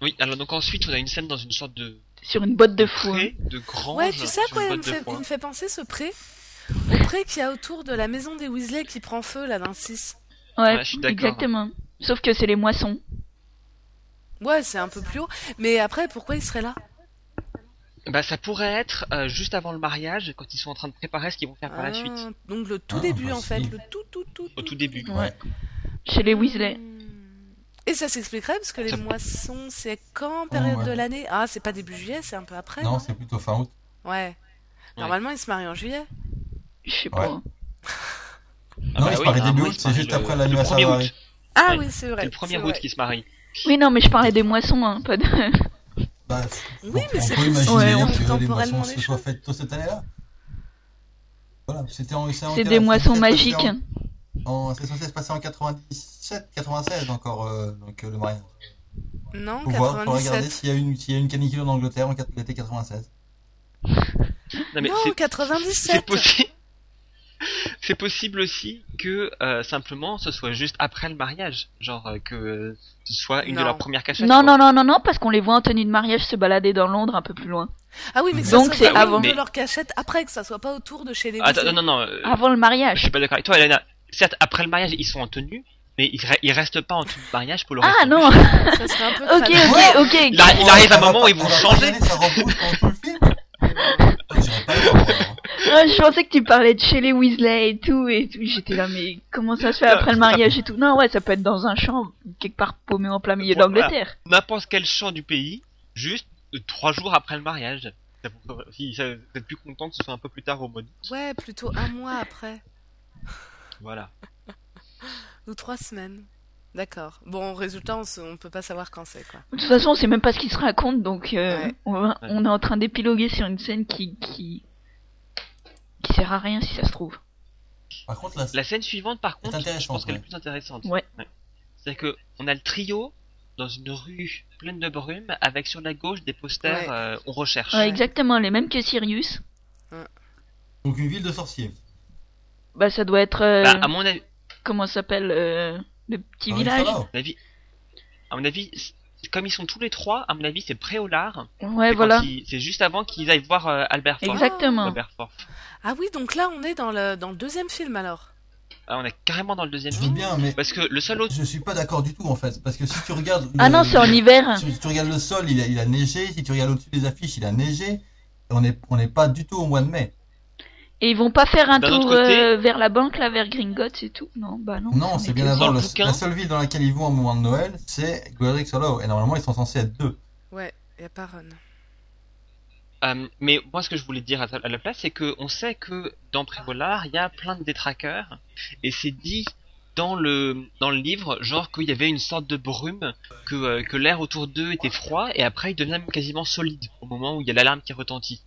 G: Oui, alors donc ensuite, on a une scène dans une sorte de
C: sur une botte de fou. hein.
G: pré, de grange.
E: Ouais, tu sais à
G: sur
E: quoi
G: bah, une
E: il me,
G: botte de
E: fait,
G: foin.
E: il me fait penser ce pré Au pré qu'il y a autour de la maison des Weasley qui prend feu là dans le 6.
C: Ouais,
G: Ouais, je suis d'accord.
C: exactement. Sauf que c'est les moissons.
E: Ouais, c'est un peu plus haut. Mais après, pourquoi il serait là
G: Bah, ça pourrait être euh, juste avant le mariage, quand ils sont en train de préparer ce qu'ils vont faire par la
E: Ah,
G: suite.
E: Donc le tout
B: Ah,
E: début
B: bah,
E: en
B: si.
E: fait. Le tout, tout, tout.
G: Au tout début.
C: Ouais. Chez les Weasley.
E: Hmm. Et ça s'expliquerait parce que les
G: Ça-
E: moissons, c'est quand période
B: Oh, ouais.
E: de l'année Ah, c'est pas début juillet, c'est un peu après.
B: Non, c'est plutôt fin août.
E: Ouais. Normalement, ils se marient en juillet.
C: Je sais pas.
G: Ah
B: non,
G: bah
B: ils se
G: oui,
B: marient début
G: normalement,
B: août,
G: ils se
B: c'est
G: marient
B: juste
G: le-
B: après
G: Le
B: l'anniversaire
G: 1er
B: de
G: août.
B: Harry.
E: Ah
G: Ouais.
E: oui, c'est vrai.
G: C'est le 1er
E: c'est
G: août
E: vrai.
G: qui se marie.
C: Oui, non, mais je parlais des moissons, hein, pas de.
B: Bah,
E: Oui, mais
B: on peut
E: c'est possible.
B: imaginer
C: Ouais,
B: d'ailleurs
E: on-
B: que les
E: temporellement
B: moissons
E: les
B: se soient
E: choses.
B: faites tôt cette année-là. Voilà, c'était en en-
C: [laughs] C'est des
B: en-
C: moissons
B: en-
C: magiques.
B: en- C'est censé se passer en 97, 96 encore, euh, donc euh, le mariage.
E: Non,
B: Faut voir, faut regarder
E: 97.
B: s'il y a une, s'il y a une canicule en Angleterre en quat- l'été 96.
G: Non, mais
E: Non,
G: c'est- c'est
E: 97.
G: possible. [laughs] C'est possible aussi que euh, simplement ce soit juste après le mariage, genre euh, que euh, ce soit une
E: Non.
G: de leurs premières cachettes.
C: Non, non,
G: quoi.
C: non, non, non, parce qu'on les voit en tenue de mariage se balader dans Londres un peu plus loin.
E: Ah oui, mais que
C: Donc,
E: ça
C: c'est
E: soit
C: avant.
E: de
G: Mais-
E: leur cachette après que ça soit pas autour de chez les
G: Attends,
E: Weasley.
G: non, non, non. euh,
C: Avant le
G: je
C: mariage.
G: suis pas d'accord avec toi, Elena. Certes, après le mariage, ils sont en tenue, mais ils, re- ils restent pas en tenue de mariage pour le reste.
C: Ah
G: du
C: non
G: film.
E: Ça serait un peu
C: Ok,
E: crade.
C: ok, ok.
G: Il, arri- Ah, il arrive un
B: Elle va
G: moment où
B: pas-
G: ils vont
B: elle va pas y
G: changer.
B: aller, Ça repousse pendant tout le film.
G: [laughs]
B: Ouais, J'irai pas le voir, alors.
C: Ah, je pensais que tu parlais de chez les Weasley et tout, et tout. J'étais là, mais comment ça se fait après le mariage et tout Non, ouais, ça peut être dans un champ, quelque part paumé en plein milieu
G: Voilà.
C: d'Angleterre.
G: n'importe quel champ du pays, juste euh, trois jours après le mariage. Ça vous- Si ça- vous êtes plus content que ce soit un peu plus tard au mois d'août.
E: Ouais, plutôt un mois après.
G: Voilà.
E: Ou trois semaines. D'accord. Bon, résultat, on, se- on peut pas savoir quand c'est, quoi.
C: De toute façon, on sait même pas ce qui se raconte, donc euh,
E: Ouais.
C: on, va- on est en train d'épiloguer sur une scène qui, qui qui sert à rien si ça se trouve.
B: Par contre, là,
G: La scène suivante, par contre, je
B: intéressant,
G: pense qu'elle est
B: ouais.
G: plus intéressante.
C: Ouais.
G: C'est-à-dire que on a le trio dans une rue pleine de brume, avec sur la gauche des
E: Ouais.
G: posters euh, on recherche.
C: Ouais, exactement, les mêmes que Sirius.
B: donc une ville de sorciers.
C: Bah, ça doit être. euh,
G: Bah, à mon avis,
C: comment ça s'appelle euh, Le petit
B: Ah oui, ça
C: village
B: va.
G: à mon avis, à mon avis, c'est- comme ils sont tous les trois, à mon avis, c'est préolard.
C: Ouais, voilà.
G: C'est juste avant qu'ils aillent voir euh, Albert Ford.
C: Exactement.
G: Robert Ford.
E: Ah oui, donc là, on est dans le, dans le deuxième film, alors.
G: Ah, on est carrément dans le deuxième
B: Je veux
G: film.
B: bien, mais
G: Parce que le seul autre
B: je suis pas d'accord du tout en fait. Parce que si tu regardes. le-
C: Ah non, c'est en hiver.
B: Si tu regardes le sol, il a, il a neigé. Si tu regardes au-dessus des affiches, il a neigé. On n'est on n'est pas du tout au mois de mai.
C: Et ils vont pas faire un
G: D'un autre
C: tour
G: côté-
C: euh, vers la banque, là, vers Gringotts et tout Non, bah non.
B: Non, c'est
C: Mais
B: bien
C: que-
B: avant.
G: le
B: le-
G: bouquin-
B: La seule ville dans laquelle ils vont au moment de Noël, c'est Godric Hollow. Et normalement, ils sont censés être deux.
E: Ouais, y a pas Ron.
G: Euh, mais moi, ce que je voulais dire à, ta- à la place, c'est que on sait que dans Prévolard, il y a plein de détraqueurs, et c'est dit dans le dans le livre, genre qu'il y avait une sorte de brume, que, euh, que l'air autour d'eux était froid, et après il devient quasiment solide au moment où il y a l'alarme qui retentit.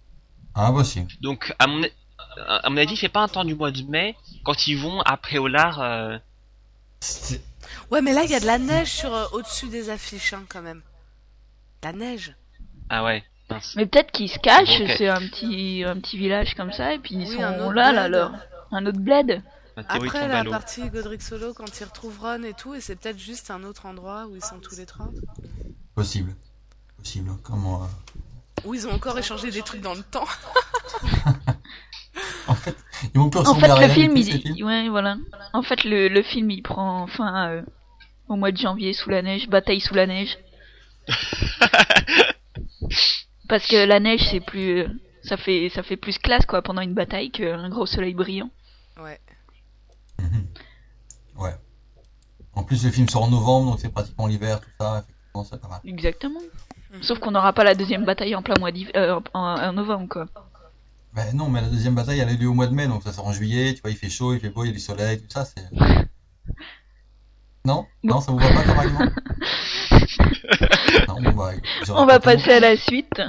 B: Ah, bah si.
G: Donc, à mon, à mon avis, c'est pas un temps du mois de mai quand ils vont à Préolard. euh,
B: C'est-
E: Ouais, mais là, il y a de la neige sur, euh, au-dessus des affiches, hein, quand même. La neige.
G: Ah ouais. mince.
C: Mais peut-être qu'ils se cachent,
G: Ok.
C: c'est un petit, un petit village comme ça, et puis ils
E: Oui, un
C: sont
E: autre
C: là, là,
E: bled.
C: leur... un autre bled.
G: Ma théorie
E: Après,
G: tombe à
E: la
G: l'eau.
E: partie Godric Solo, quand ils retrouvent Ron et tout, et c'est peut-être juste un autre endroit où ils sont tous les trois.
B: Possible. Possible. Comment. euh,
E: Où ils ont encore échangé des trucs dans le temps.
B: En fait, Ils vont plus
C: En
B: ressembler
C: fait,
B: à rien
C: le
B: du
C: film,
B: tout,
C: il...
B: ces films.
C: il- ouais, voilà. En fait, le, le film, il prend fin euh, au mois de janvier sous la neige, bataille sous la [laughs] neige. Parce que la neige, c'est plus, euh, ça fait, ça fait plus classe quoi pendant une bataille qu'un gros soleil brillant.
E: Ouais.
B: Mhm. Ouais. En plus, le film sort en novembre, donc c'est pratiquement l'hiver, tout ça. Effectivement, c'est pas mal.
C: Exactement. Sauf qu'on n'aura pas la deuxième bataille en plein mois d'hiver, euh, en, en novembre quoi.
B: Ben non, mais la deuxième bataille, elle a lieu au mois de mai, donc ça sort en juillet. Tu vois, il fait chaud, il fait beau, il y a du soleil, tout ça.
C: [laughs]
B: C'est. Non, non, ça vous va pas comme argument.
C: [laughs]
B: non, bon bah, j'aurais
C: On va
B: pas tout.
C: passer à la suite.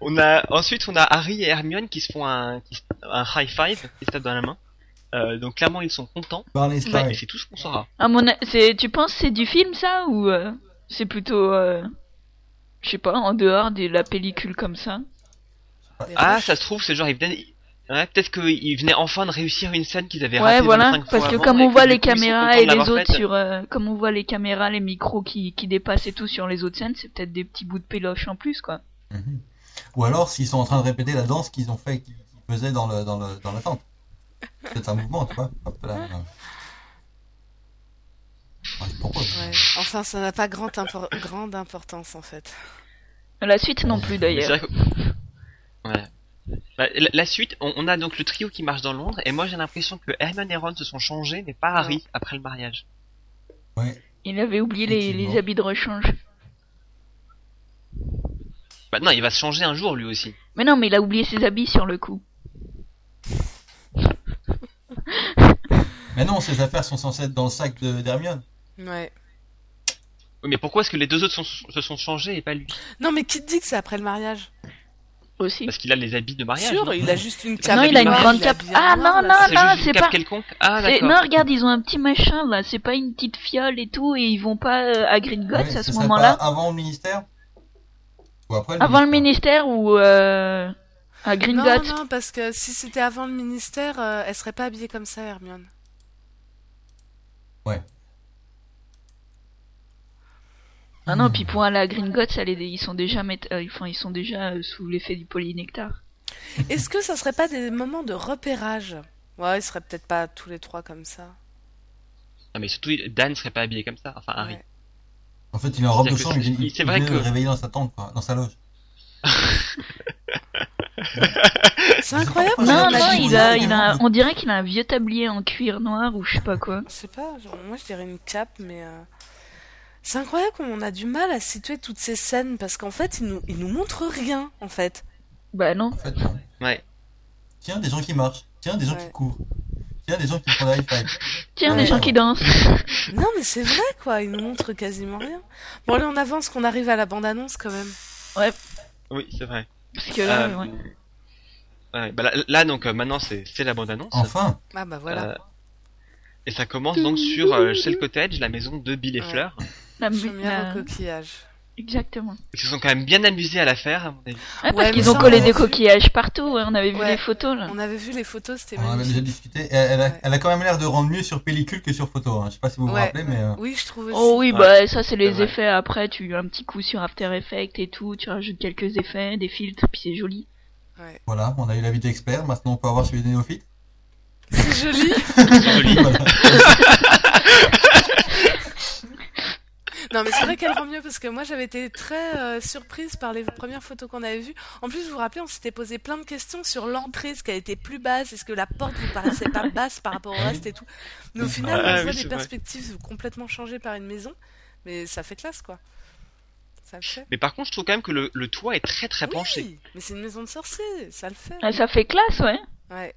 G: On a ensuite on a Harry et Hermione qui se font un, qui se- un high five, qui se tapent dans la main. Euh, donc clairement ils sont contents
B: Barney Stinson.
G: et c'est tout ce qu'on saura.
C: À mon, a- c'est, tu penses c'est du film ça ou euh, c'est plutôt, euh, je sais pas, en dehors de la pellicule comme ça.
E: Des
G: Ah
E: rushs.
G: ça se trouve c'est genre ils venaient ouais, peut-être qu'ils venaient enfin de réussir une scène qu'ils avaient
C: Ouais,
G: ratée
C: voilà,
G: 25 hein, fois
C: parce que
G: avant
C: comme
G: et
C: on voit
G: du
C: les
G: coup, ils sont
C: caméras
G: contents
C: et
G: de l'avoir
C: les autres
G: faite.
C: sur, euh, comme on voit les caméras, les micros qui, qui dépassent et tout sur les autres scènes, c'est peut-être des petits bouts de péloche en plus, quoi.
B: Mhm. Ou alors s'ils sont en train de répéter la danse qu'ils ont fait, qu'ils qu'ils faisaient dans, le, dans, le, dans la tente. C'est un mouvement, tu vois. Hop là. euh. Ouais, je propose.
E: Ouais. Enfin, ça n'a pas grand impor- grande importance en fait.
C: La suite non plus
G: Mais
C: d'ailleurs.
G: c'est vrai que- Ouais. Bah, la, la suite, on, on a donc le trio qui marche dans Londres, et moi j'ai l'impression que Hermione et Ron se sont changés, mais pas Harry, après le mariage.
B: Ouais.
C: Il avait oublié les, les
B: Effectivement.
C: habits de rechange.
G: Bah non, il va se changer un jour lui aussi.
C: Mais non, mais il a oublié ses habits sur le coup.
B: Mais non, ces affaires sont censées être dans le sac de d'Hermione.
E: Ouais.
G: Oui, mais pourquoi est-ce que les deux autres sont- se sont changés et pas lui
E: Non, mais qui te dit que c'est après le mariage
C: Aussi.
G: Parce qu'il a les habits de mariage.
E: Sûr,
G: non
E: il a juste une cape.
C: Non, il a une
E: noire,
C: grande
E: il a
C: cape.
E: bien
C: Ah
E: noir,
C: non,
E: là,
C: non,
E: c'est-
G: C'est juste
C: non,
G: une
C: c'est
G: cape
C: pas-
G: quelconque. Ah
C: C'est-
G: d'accord.
C: non, regarde, ils ont un petit machin là, c'est pas une petite fiole et tout, et ils vont pas euh, à Gringotts
B: Ouais, Ah,
C: à ce
B: serait
C: moment-là.
B: pas Avant le ministère Ou après le
C: Avant le ministère ou euh, à
E: Non,
C: Gringotts.
E: non, parce que si c'était avant le ministère, euh, elle serait pas habillée comme ça, Hermione.
C: Ah non, puis pour aller à Gringotts, elle est- ils sont déjà, mét- euh, enfin, ils sont déjà euh, sous l'effet du polynectar.
E: Est-ce que ça serait pas des moments de repérage Ouais, ils seraient peut-être pas tous les trois comme ça.
G: Non, mais surtout Dan serait pas habillé comme ça. Enfin Harry.
E: Ouais.
B: En fait, il est en robe de
G: C'est-à-dire
B: chambre,
G: que
B: il, il,
G: c'est
B: il
G: vrai
B: vient
G: que-
B: de le réveiller dans sa tente, quoi, dans sa loge.
E: C'est incroyable.
B: Ouais,
C: non,
B: mais
C: non,
B: ils
C: il
B: sont
C: a,
B: là,
C: il a,
B: carrément.
C: on dirait qu'il a un vieux tablier en cuir noir ou je sais pas quoi.
E: Je sais pas, genre, moi je dirais une cape, mais. euh, C'est incroyable qu'on a du mal à situer toutes ces scènes parce qu'en fait, ils nous, ils nous montrent rien, en fait.
C: Bah non.
B: En fait, non.
G: Ouais.
B: Tiens, des gens qui marchent. Tiens, des gens
E: Ouais.
B: qui courent. Tiens, des gens qui font des high fives.
C: Tiens,
E: Ouais.
C: les gens qui dansent.
E: Non, mais c'est vrai, quoi, ils nous montrent quasiment rien. Bon, allez, on avance, qu'on arrive à la bande-annonce quand même.
G: Oui, c'est vrai.
C: Parce que là,
G: Euh,
E: Ah.
C: ouais.
G: ouais, bah, là, là, donc euh, maintenant c'est c'est la bande annonce.
B: Enfin
E: Ah bah voilà.
G: et ça commence donc sur euh, Shell Cottage, la maison de Bill et
E: Ouais.
G: Fleur.
C: la, mu-
E: Chaumière
C: la-
E: au coquillage.
C: Exactement.
G: Ils se sont quand même bien amusés à la faire, à mon
C: Ouais,
G: avis.
E: Ouais,
C: parce qu'ils
E: mais
C: ont
E: ça,
C: collé
E: on
C: des
E: a vu.
C: coquillages partout, ouais, on avait vu
E: Ouais.
C: les photos là.
E: On avait vu les photos, c'était
B: On en avait
E: magnifique.
B: déjà discuté. Elle, elle a,
E: Ouais.
B: elle a quand même l'air de rendre mieux sur pellicule que sur photo. Hein. Je sais pas si vous vous
E: Ouais.
B: rappelez, mais euh,
E: Oui, je trouve aussi.
C: Oh oui,
G: Ouais,
C: bah ça c'est les
G: vrai.
C: effets. Après, tu as un petit coup sur After Effects et tout, tu rajoutes quelques effets, des filtres, puis c'est joli.
E: Ouais.
B: voilà, on a eu l'avis d'expert. Maintenant, on peut avoir celui des néophytes.
E: C'est joli.
G: C'est
C: [laughs]
G: joli.
B: [laughs] Voilà.
E: Non, mais c'est vrai qu'elle rend mieux parce que moi j'avais été très euh, surprise par les premières photos qu'on avait vues. En plus, vous vous rappelez, on s'était posé plein de questions sur l'entrée, est-ce qu'elle était plus basse, est-ce que la porte vous paraissait pas basse par rapport au reste et tout. Mais au final,
G: Ah,
E: on
G: oui,
E: voit des
G: c'est vrai.
E: perspectives complètement changées par une maison, mais ça fait classe quoi. Ça le fait.
G: Mais par contre, je trouve quand même que le, le toit est très très penché.
E: Oui, mais c'est une maison de sorcier, ça le fait.
C: Ah, ça fait classe, ouais.
E: Ouais.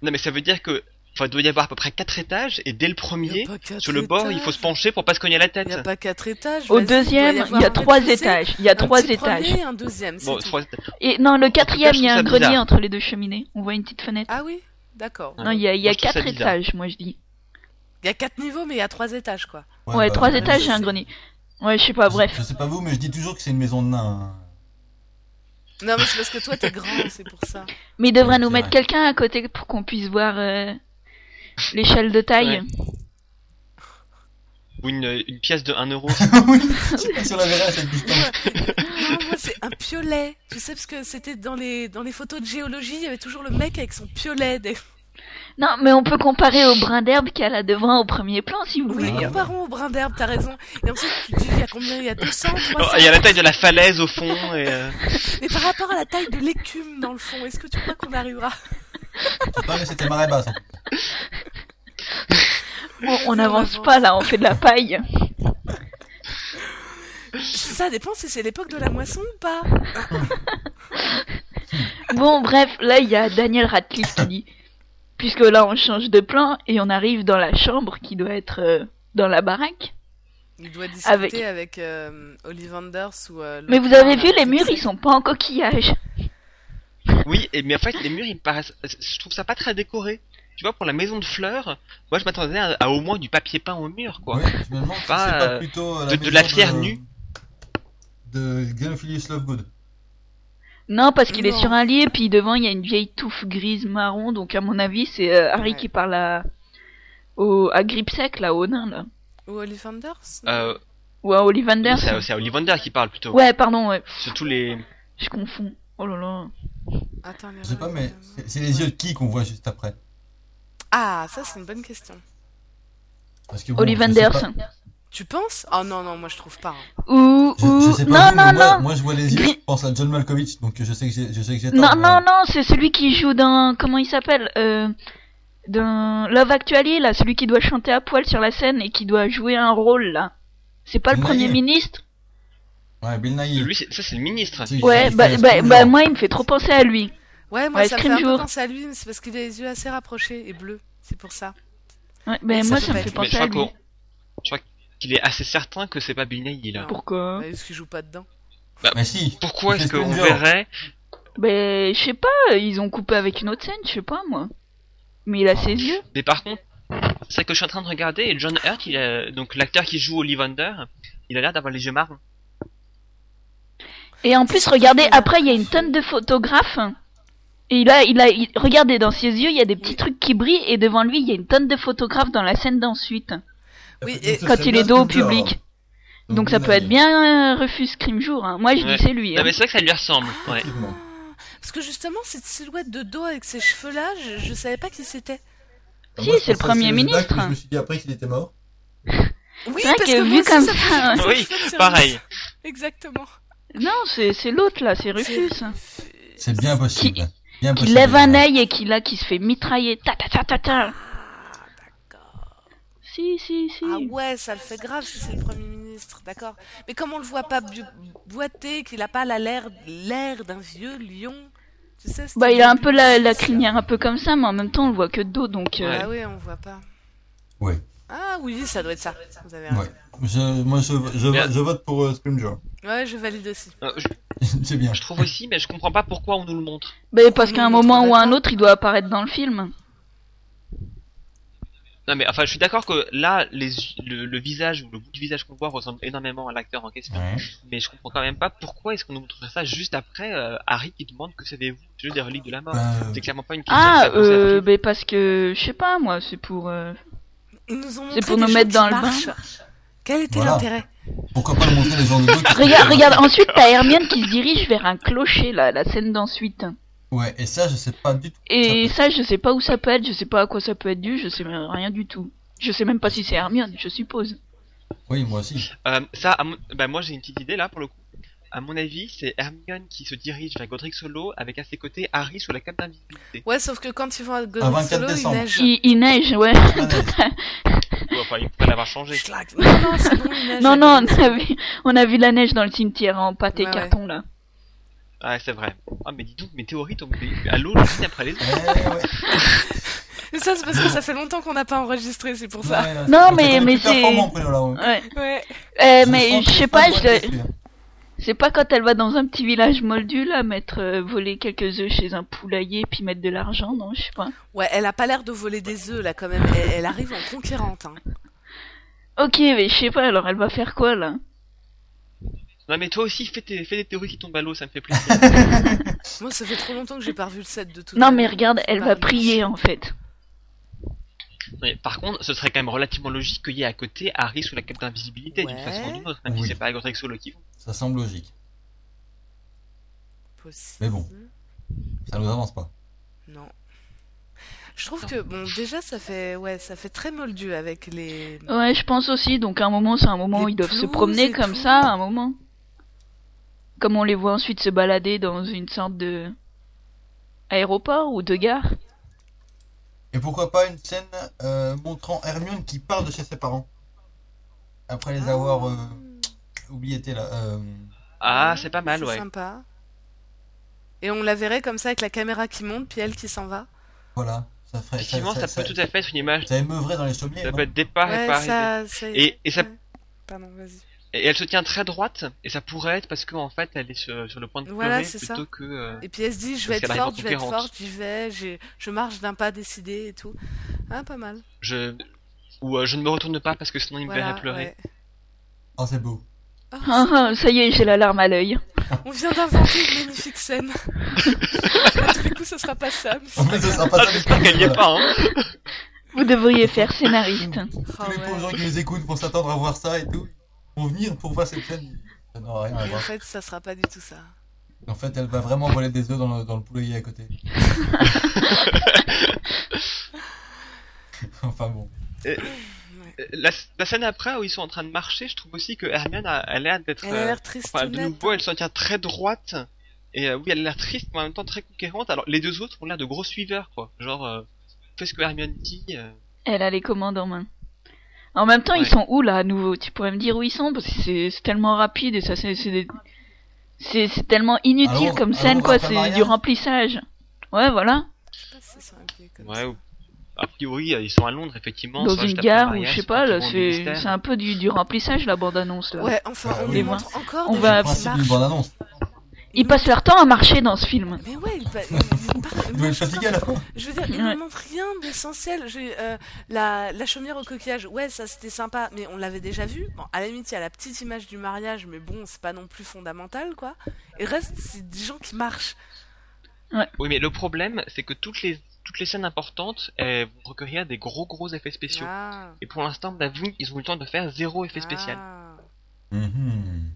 G: Non, mais ça veut dire que, enfin, il doit y avoir à peu près quatre étages, et dès le premier, sur
E: Sur
G: le bord, il faut se pencher pour pas se cogner la
E: Il n'y a
G: tête.
E: pas quatre étages.
C: Au
E: vas-y, doit y
C: deuxième, il
E: avoir
C: y a
E: un
C: trois
E: rez-de-chaussée,
C: étages. Il y a
E: un
C: trois
E: petit
C: étages.
E: Premier, et un deuxième. c'est
G: Bon,
E: tout.
G: trois étages.
C: Et non, le quatrième,
G: je
C: il y a
G: trouve
C: un
G: ça
C: grenier
G: bizarre.
C: entre les deux cheminées. On voit une petite fenêtre.
E: Ah oui, d'accord.
G: Ah
C: non, il y a, il y
G: Moi,
C: a
G: je trouve ça
C: quatre
G: bizarre.
C: étages, moi je dis.
E: Il y a quatre niveaux, mais il y a trois étages, quoi.
C: Ouais,
B: bah,
C: trois
E: ouais,
C: étages
E: je
C: et un
E: sais.
C: grenier. Ouais, je sais pas, bref.
B: Je, je sais pas vous, mais je dis toujours que c'est une maison de nains. hein. [laughs]
E: Non, mais c'est parce que toi, t'es grand, c'est pour ça.
C: Mais il devrait
B: Ouais,
C: nous
B: c'est
C: mettre
B: vrai.
C: quelqu'un à côté pour qu'on puisse voir euh, l'échelle de taille.
G: Ou une, une pièce de 1 euro.
B: oui, je sais pas si on la verra cette distance.
E: Non, moi, c'est un piolet. Tu sais, parce que c'était dans les, dans les photos de géologie, il y avait toujours le mec avec son piolet. Des...
C: Non, mais on peut comparer au brin d'herbe qu'il y a là devant au premier plan, si vous
E: Oui,
C: voulez.
E: comparons au brin d'herbe, t'as raison. Et ensuite, tu te dis, il y a combien Il y a 200, 300
G: Oh, Il y a la taille de la falaise au fond et. euh,
E: Mais par rapport à la taille de l'écume dans le fond, est-ce que tu crois qu'on arrivera
B: C'est pas, c'était marée basse. hein.
C: Bon, on n'avance pas là, on fait de la paille.
E: Ça dépend si c'est l'époque de la moisson ou pas.
C: Bon, bref, là, il y a Daniel Radcliffe qui dit. Puisque là, on change de plan et on arrive dans la chambre qui doit être euh, dans la baraque.
E: Il doit discuter
C: Avec-
E: avec, euh, Ollivanders ou. euh,
C: Mais
E: l'autre
C: vous avez
E: nain,
C: vu,
E: là.
C: les murs, ils sont pas en coquillage.
G: Oui, et, mais en fait, les murs, ils me paraissent. Je trouve ça pas très décoré. Tu vois, pour la maison de fleurs, moi, je m'attendais à, à au moins du papier peint au mur, quoi.
B: Ouais, je me demande si c'est
G: Pas,
B: pas
G: euh,
B: plutôt euh,
G: de- de
B: maison
G: la pierre nue.
B: De Xenophilius Lovegood.
C: Non, parce qu'il est
E: Non.
C: sur un lit et puis devant, il y a une vieille touffe grise marron. Donc, à mon avis, c'est euh, Harry
E: Ouais.
C: qui parle à, au, à Gripsec, là, au nain, là.
E: Ou Ollivanders
G: Euh,
C: Ou à Ollivander.
G: c'est c'est à Ollivander qui parle plutôt.
C: Ouais, pardon, ouais.
G: C'est tous les.
C: Je confonds. Oh là là.
E: Attends, les
B: Je sais pas,
E: regarde,
B: mais
E: euh,
B: c'est- c'est les yeux de qui qu'on voit juste après
E: Ah, ça, c'est une bonne question.
B: Parce que bon,
C: Ollivander.
B: je sais pas-
E: Tu penses Oh non, non, moi je trouve pas.
C: Ou,
B: Je, je
C: ou...
B: sais pas
C: Non,
B: vous, mais
C: non,
B: moi,
C: non.
B: moi, je vois les yeux,
C: Gris-
B: je pense à John Malkovich, donc je sais que j'ai, je sais que j'ai tort,
C: Non,
B: mais-
C: non, non, c'est celui qui joue dans. Comment il s'appelle euh, Dans Love Actually, là, celui qui doit chanter à poil sur la scène et qui doit jouer un rôle, là. C'est pas le
B: Oui.
C: Premier ministre
B: Ouais, Bill Nighy.
G: Lui, c'est- ça, c'est le ministre.
B: C'est-
C: Ouais,
B: c'est-
C: bah,
B: c'est-
C: bah,
B: c'est-
C: bah, moi, il me fait trop penser à lui.
E: Ouais, moi
C: Ouais,
E: ça me fait
C: Bah, Scream
E: un peu
C: Jour.
E: penser à lui, mais c'est parce qu'il a les yeux assez rapprochés et bleus. C'est pour ça.
C: Ouais, ben,
E: Ça
C: moi,
E: peut
C: ça me
E: être-
C: fait
G: Mais je
C: penser à
G: crois
C: lui.
G: qu'on- je crois qu'il est assez certain que c'est pas Bill Nighy, là.
E: Non.
C: Pourquoi
E: Ouais, Est-ce qu'il joue pas dedans
B: Mais si,
G: Pourquoi
B: C'est
G: est-ce qu'on
B: Spencer.
G: verrait
C: Ben, je sais pas, ils ont coupé avec une autre scène, je sais pas, moi. Mais il a ses yeux.
G: Mais par contre, c'est que je suis en train de regarder et John Hurt, il a- donc l'acteur qui joue Ollivander, il a l'air d'avoir les yeux marrons.
C: Et en plus,
E: C'est
C: regardez,
E: qui, là
C: après, il y a une tonne de photographes. Et là, il a, il- regardez, dans ses yeux, il y a des petits trucs qui brillent, et devant lui, il y a une tonne de photographes dans la scène d'ensuite,
E: Oui,
B: Donc,
E: et-
B: ce
C: quand
B: serait
C: il est
B: bien
C: dos au
B: Spencer,
C: public.
B: alors.
C: Donc ça
B: Bill
C: peut être
B: Nighy.
C: bien euh, Rufus Crime Jour. Hein. Moi je
G: Ouais.
C: dis c'est lui.
G: Non,
C: hein.
G: mais c'est vrai que ça lui ressemble. Ouais.
B: Effectivement.
E: Parce que justement, cette silhouette de dos avec ces cheveux-là, je, je savais pas qui c'était.
B: Bah,
C: Si,
B: moi, je
C: c'est le
B: pensais à
C: Premier
B: Cyrus Black,
C: ministre.
B: mais Je me suis dit après qu'il était mort.
E: Oui,
C: C'est vrai
E: parce
C: que
E: que
C: vu
E: moi aussi,
C: comme
E: ça me fait
C: ça, [laughs]
E: penser aux
G: Oui,
E: cheveux de Cyrus.
G: pareil.
E: Exactement.
C: Non, c'est c'est l'autre là, c'est Rufus. hein.
B: C'est bien possible.
C: Qui-
B: bien
C: Qui
B: possible.
C: lève un œil et qui là qui se fait mitrailler. Ta ta ta ta ta. Si si si.
E: Ah ouais, ça le fait grave si c'est le Premier ministre, d'accord. Mais comme on le voit pas bu- boiter, qu'il a pas la l'air l'air d'un vieux lion, tu sais c'était
C: Bah il a un
E: bien
C: peu la,
E: lui,
C: la
E: ça.
C: crinière un peu comme ça, mais en même temps on le voit que de dos donc. euh,
E: Ah oui, on voit pas.
B: Ouais.
E: Ah oui, ça doit être ça. Vous avez raison.
B: Ouais. Je, moi, je,
G: Bien.
B: je, je vote pour euh, Scream Joe. [laughs]
E: Ouais, je valide aussi.
G: Euh, je,
B: c'est bien.
G: je trouve aussi, mais je comprends pas pourquoi on nous le montre.
C: bah, parce qu'à un
E: Vous
C: moment
E: trouvez
C: ou à un
E: pas
C: autre il doit apparaître dans le film.
G: Non, mais enfin, je suis d'accord que là, les, le, le visage ou le bout du visage qu'on voit ressemble énormément à l'acteur en question.
B: Ouais.
G: Mais je comprends quand même pas pourquoi est-ce qu'on nous montre ça juste après euh, Harry qui demande que savez-vous du jeu des reliques de la mort.
B: Bah,
G: C'est clairement pas une question.
C: Ah
G: que ça pose à
C: euh,
G: Harry.
C: bah, parce que je sais pas moi c'est pour.
G: [laughs]
C: euh,
E: Ils nous ont montré
C: C'est pour nous
E: des gens
C: mettre
E: qui
C: dans le bain.
E: marchent. Quel était
B: Voilà.
E: l'intérêt
B: pourquoi pas le montrer les gens de dos qui-
C: Regarde regarde ensuite t'as Hermione qui se dirige vers un clocher là, la scène d'ensuite.
B: Ouais, et ça, je sais pas du tout.
C: Et ça, je sais pas où ça peut être, je sais pas à quoi ça peut être dû, je sais même rien du tout. Je sais même pas si c'est Hermione, je suppose.
B: Oui, moi aussi.
G: Euh, ça, à mon- bah, moi j'ai une petite idée là pour le coup. À mon avis, c'est Hermione qui se dirige vers Godric Solo avec à ses côtés Harry sous la cape
C: [laughs]
G: d'invisibilité.
E: Ouais, sauf que quand ils vont à
B: Un
E: Godric
B: 24
E: Solo, il
B: décembre.
E: neige.
C: Il, il neige, ouais.
G: Ou, enfin, il pourrait l'avoir changé.
E: Schlack. [laughs] Non, non, c'est bon, il neige.
C: Non, non, on a, vu, on a vu la neige dans le cimetière en pâte et
E: Ouais, ouais.
C: carton, là.
G: Ah, c'est vrai. Ah, mais dis donc, mes théories tombent des- à l'eau les unes après les
B: Eh,
G: autres.
B: ouais.
E: Mais ça, c'est parce que ça fait longtemps qu'on n'a pas enregistré, c'est pour ça.
B: Ouais, ouais,
C: Non,
B: c'est-
C: mais-
B: c'est
C: mais
B: plus performant, Bruno, là, ouais.
C: Ouais.
E: Ouais.
C: Euh,
B: Je
C: mais
B: sens
C: je
B: que
C: sais
B: c'est
C: pas,
B: une
C: je
B: bonne
C: le-
B: question.
C: c'est pas quand elle va dans un petit village moldu, là, mettre, euh, voler quelques œufs chez un poulailler, puis mettre de l'argent, non, je sais pas.
E: Ouais, elle a pas l'air de voler des œufs, là, quand même. Elle, elle arrive en conquérante, hein.
C: Ok, mais je sais pas, alors elle va faire quoi, là
G: Non, mais toi aussi, fais, tes- fais des théories qui tombent à l'eau, ça me fait plaisir.
B: [laughs]
E: Moi, ça fait trop longtemps que j'ai pas revu le set de tout.
C: Non, mais regarde, elle va
E: Pardon.
C: prier, en fait.
G: Mais par contre, ce serait quand même relativement logique qu'il y ait à côté Harry sous la cape d'invisibilité d'une
E: Ouais.
G: façon ou d'une autre, même si
B: Oui.
G: c'est pas Godric Solo qui vont.
B: Ça semble logique.
E: possible.
B: Mais bon. Ça nous avance pas.
E: Non. Je trouve que bon déjà ça fait ouais ça fait très moldu avec les
C: Ouais, je pense aussi. Donc, à un moment, c'est un moment où
E: Les
C: ils doivent se
E: pelouses
C: promener
E: et
C: comme
E: tout.
C: ça, à un moment. Comme on les voit ensuite se balader dans une sorte de. aéroport ou de gare. [laughs]
B: Et pourquoi pas une scène euh, montrant Hermione qui part de chez ses parents. Après les avoir euh, oubliés, t'es là. euh,
G: Ah, c'est pas mal,
E: C'est
G: ouais.
E: sympa. Et on la verrait comme ça avec la caméra qui monte puis elle qui s'en va.
B: voilà. Ça ferait. ça-
G: Effectivement, ça,
B: ça,
G: peut tout à fait être une image.
B: ça émeuverait dans les chaumières.
G: Ça
B: non
G: peut être départ et pas
E: ouais, ça,
G: arrivée.
E: ça-
G: Et, et, ça,
E: ouais. Pardon, vas-y.
G: et elle se tient très droite, et ça pourrait être parce qu'en fait elle est sur, sur le point de pleurer
E: Voilà, c'est ça.
G: plutôt que. euh,
E: Et puis elle se dit je
G: Parce
E: vais être
G: qu'elle arrive en
E: forte, je vais être
G: conférence.
E: forte, j'y vais, j'ai- je marche d'un pas décidé et tout. Ah pas mal.
G: je... Ou euh, je ne me retourne pas parce que sinon il me verrait
E: Voilà,
G: pleurer.
E: ouais.
B: Oh, c'est beau. [laughs]
E: Ah,
C: [laughs] Ah, ah, ça y est, j'ai la larme à l'œil.
E: on vient d'inventer une magnifique scène.
G: [laughs]
E: du coup, ce sera pas ça. mais
B: En plus, ça sera pas
G: Ah,
B: ça,
G: j'espère
B: mais-
G: qu'elle n'y est pas, hein!
C: Vous devriez faire scénariste.
E: Ah
B: Tous les
E: ouais.
B: pauvres gens qui nous écoutent vont s'attendre à voir ça et tout. Ils vont venir pour voir cette scène. Ça n'aura rien à
E: Et en
B: voir.
E: fait, ça sera pas du tout ça.
B: En fait, elle va vraiment voler des œufs dans le, dans le poulailler à côté. enfin bon.
G: Euh, La, la scène après où ils sont en train de marcher, je trouve aussi que Hermione a, a l'air d'être.
E: Elle a
G: euh,
E: l'air triste.
G: Enfin, de nouveau, elle se tient très droite. Et euh, oui, elle a l'air triste, mais en même temps très conquérante. Alors, les deux autres ont l'air de gros suiveurs, quoi. Genre, euh, fais ce que Hermione dit. euh.
C: Elle a les commandes en main. En même temps,
G: Ouais.
C: ils sont où là à nouveau Tu pourrais me dire où ils sont parce que c'est c'est tellement rapide et ça c'est c'est des- c'est c'est tellement inutile
B: Allons-
C: comme
B: allons
C: scène
B: dans
C: quoi,
B: un
C: c'est
B: mariage
C: du remplissage. Ouais, voilà,
G: Ouais, ou- A priori, euh, ils sont à Londres, effectivement.
C: dans
G: soit
C: une
G: juste après le
C: gare ou
G: mariage,
C: je sais
G: soit
C: pas,
G: quand
C: là,
G: ils vont au
C: c'est
G: ministère.
C: c'est un peu du, du remplissage la bande annonce là.
E: Ouais, enfin,
B: Euh,
E: on
B: oui.
E: nous montre encore
C: On
E: des
C: va-
B: Le
E: gens qui
B: principe d'une
E: marchent.
B: bande-annonce.
C: Ils passent leur temps à marcher dans ce film.
E: Mais ouais, il, pa- il- il parle-
B: Ils
E: moi,
B: doivent être
E: je
B: fatigués à la fin.
E: Je veux dire, il
C: Ouais.
E: ne montre rien d'essentiel. J'ai, euh, la, la chaumière au coquillage, ouais, ça c'était sympa, mais on l'avait déjà vu. Bon, à la limite, il y a la petite image du mariage, mais bon, c'est pas non plus fondamental, quoi. Et le reste, c'est des gens qui marchent.
G: Oui, mais le problème, c'est que toutes les, toutes les scènes importantes elles vont recueillir des gros gros effets spéciaux.
E: Ah,
G: Et pour l'instant, Davout, ils ont eu le temps de faire zéro effet spécial.
E: ah.
B: Mhm.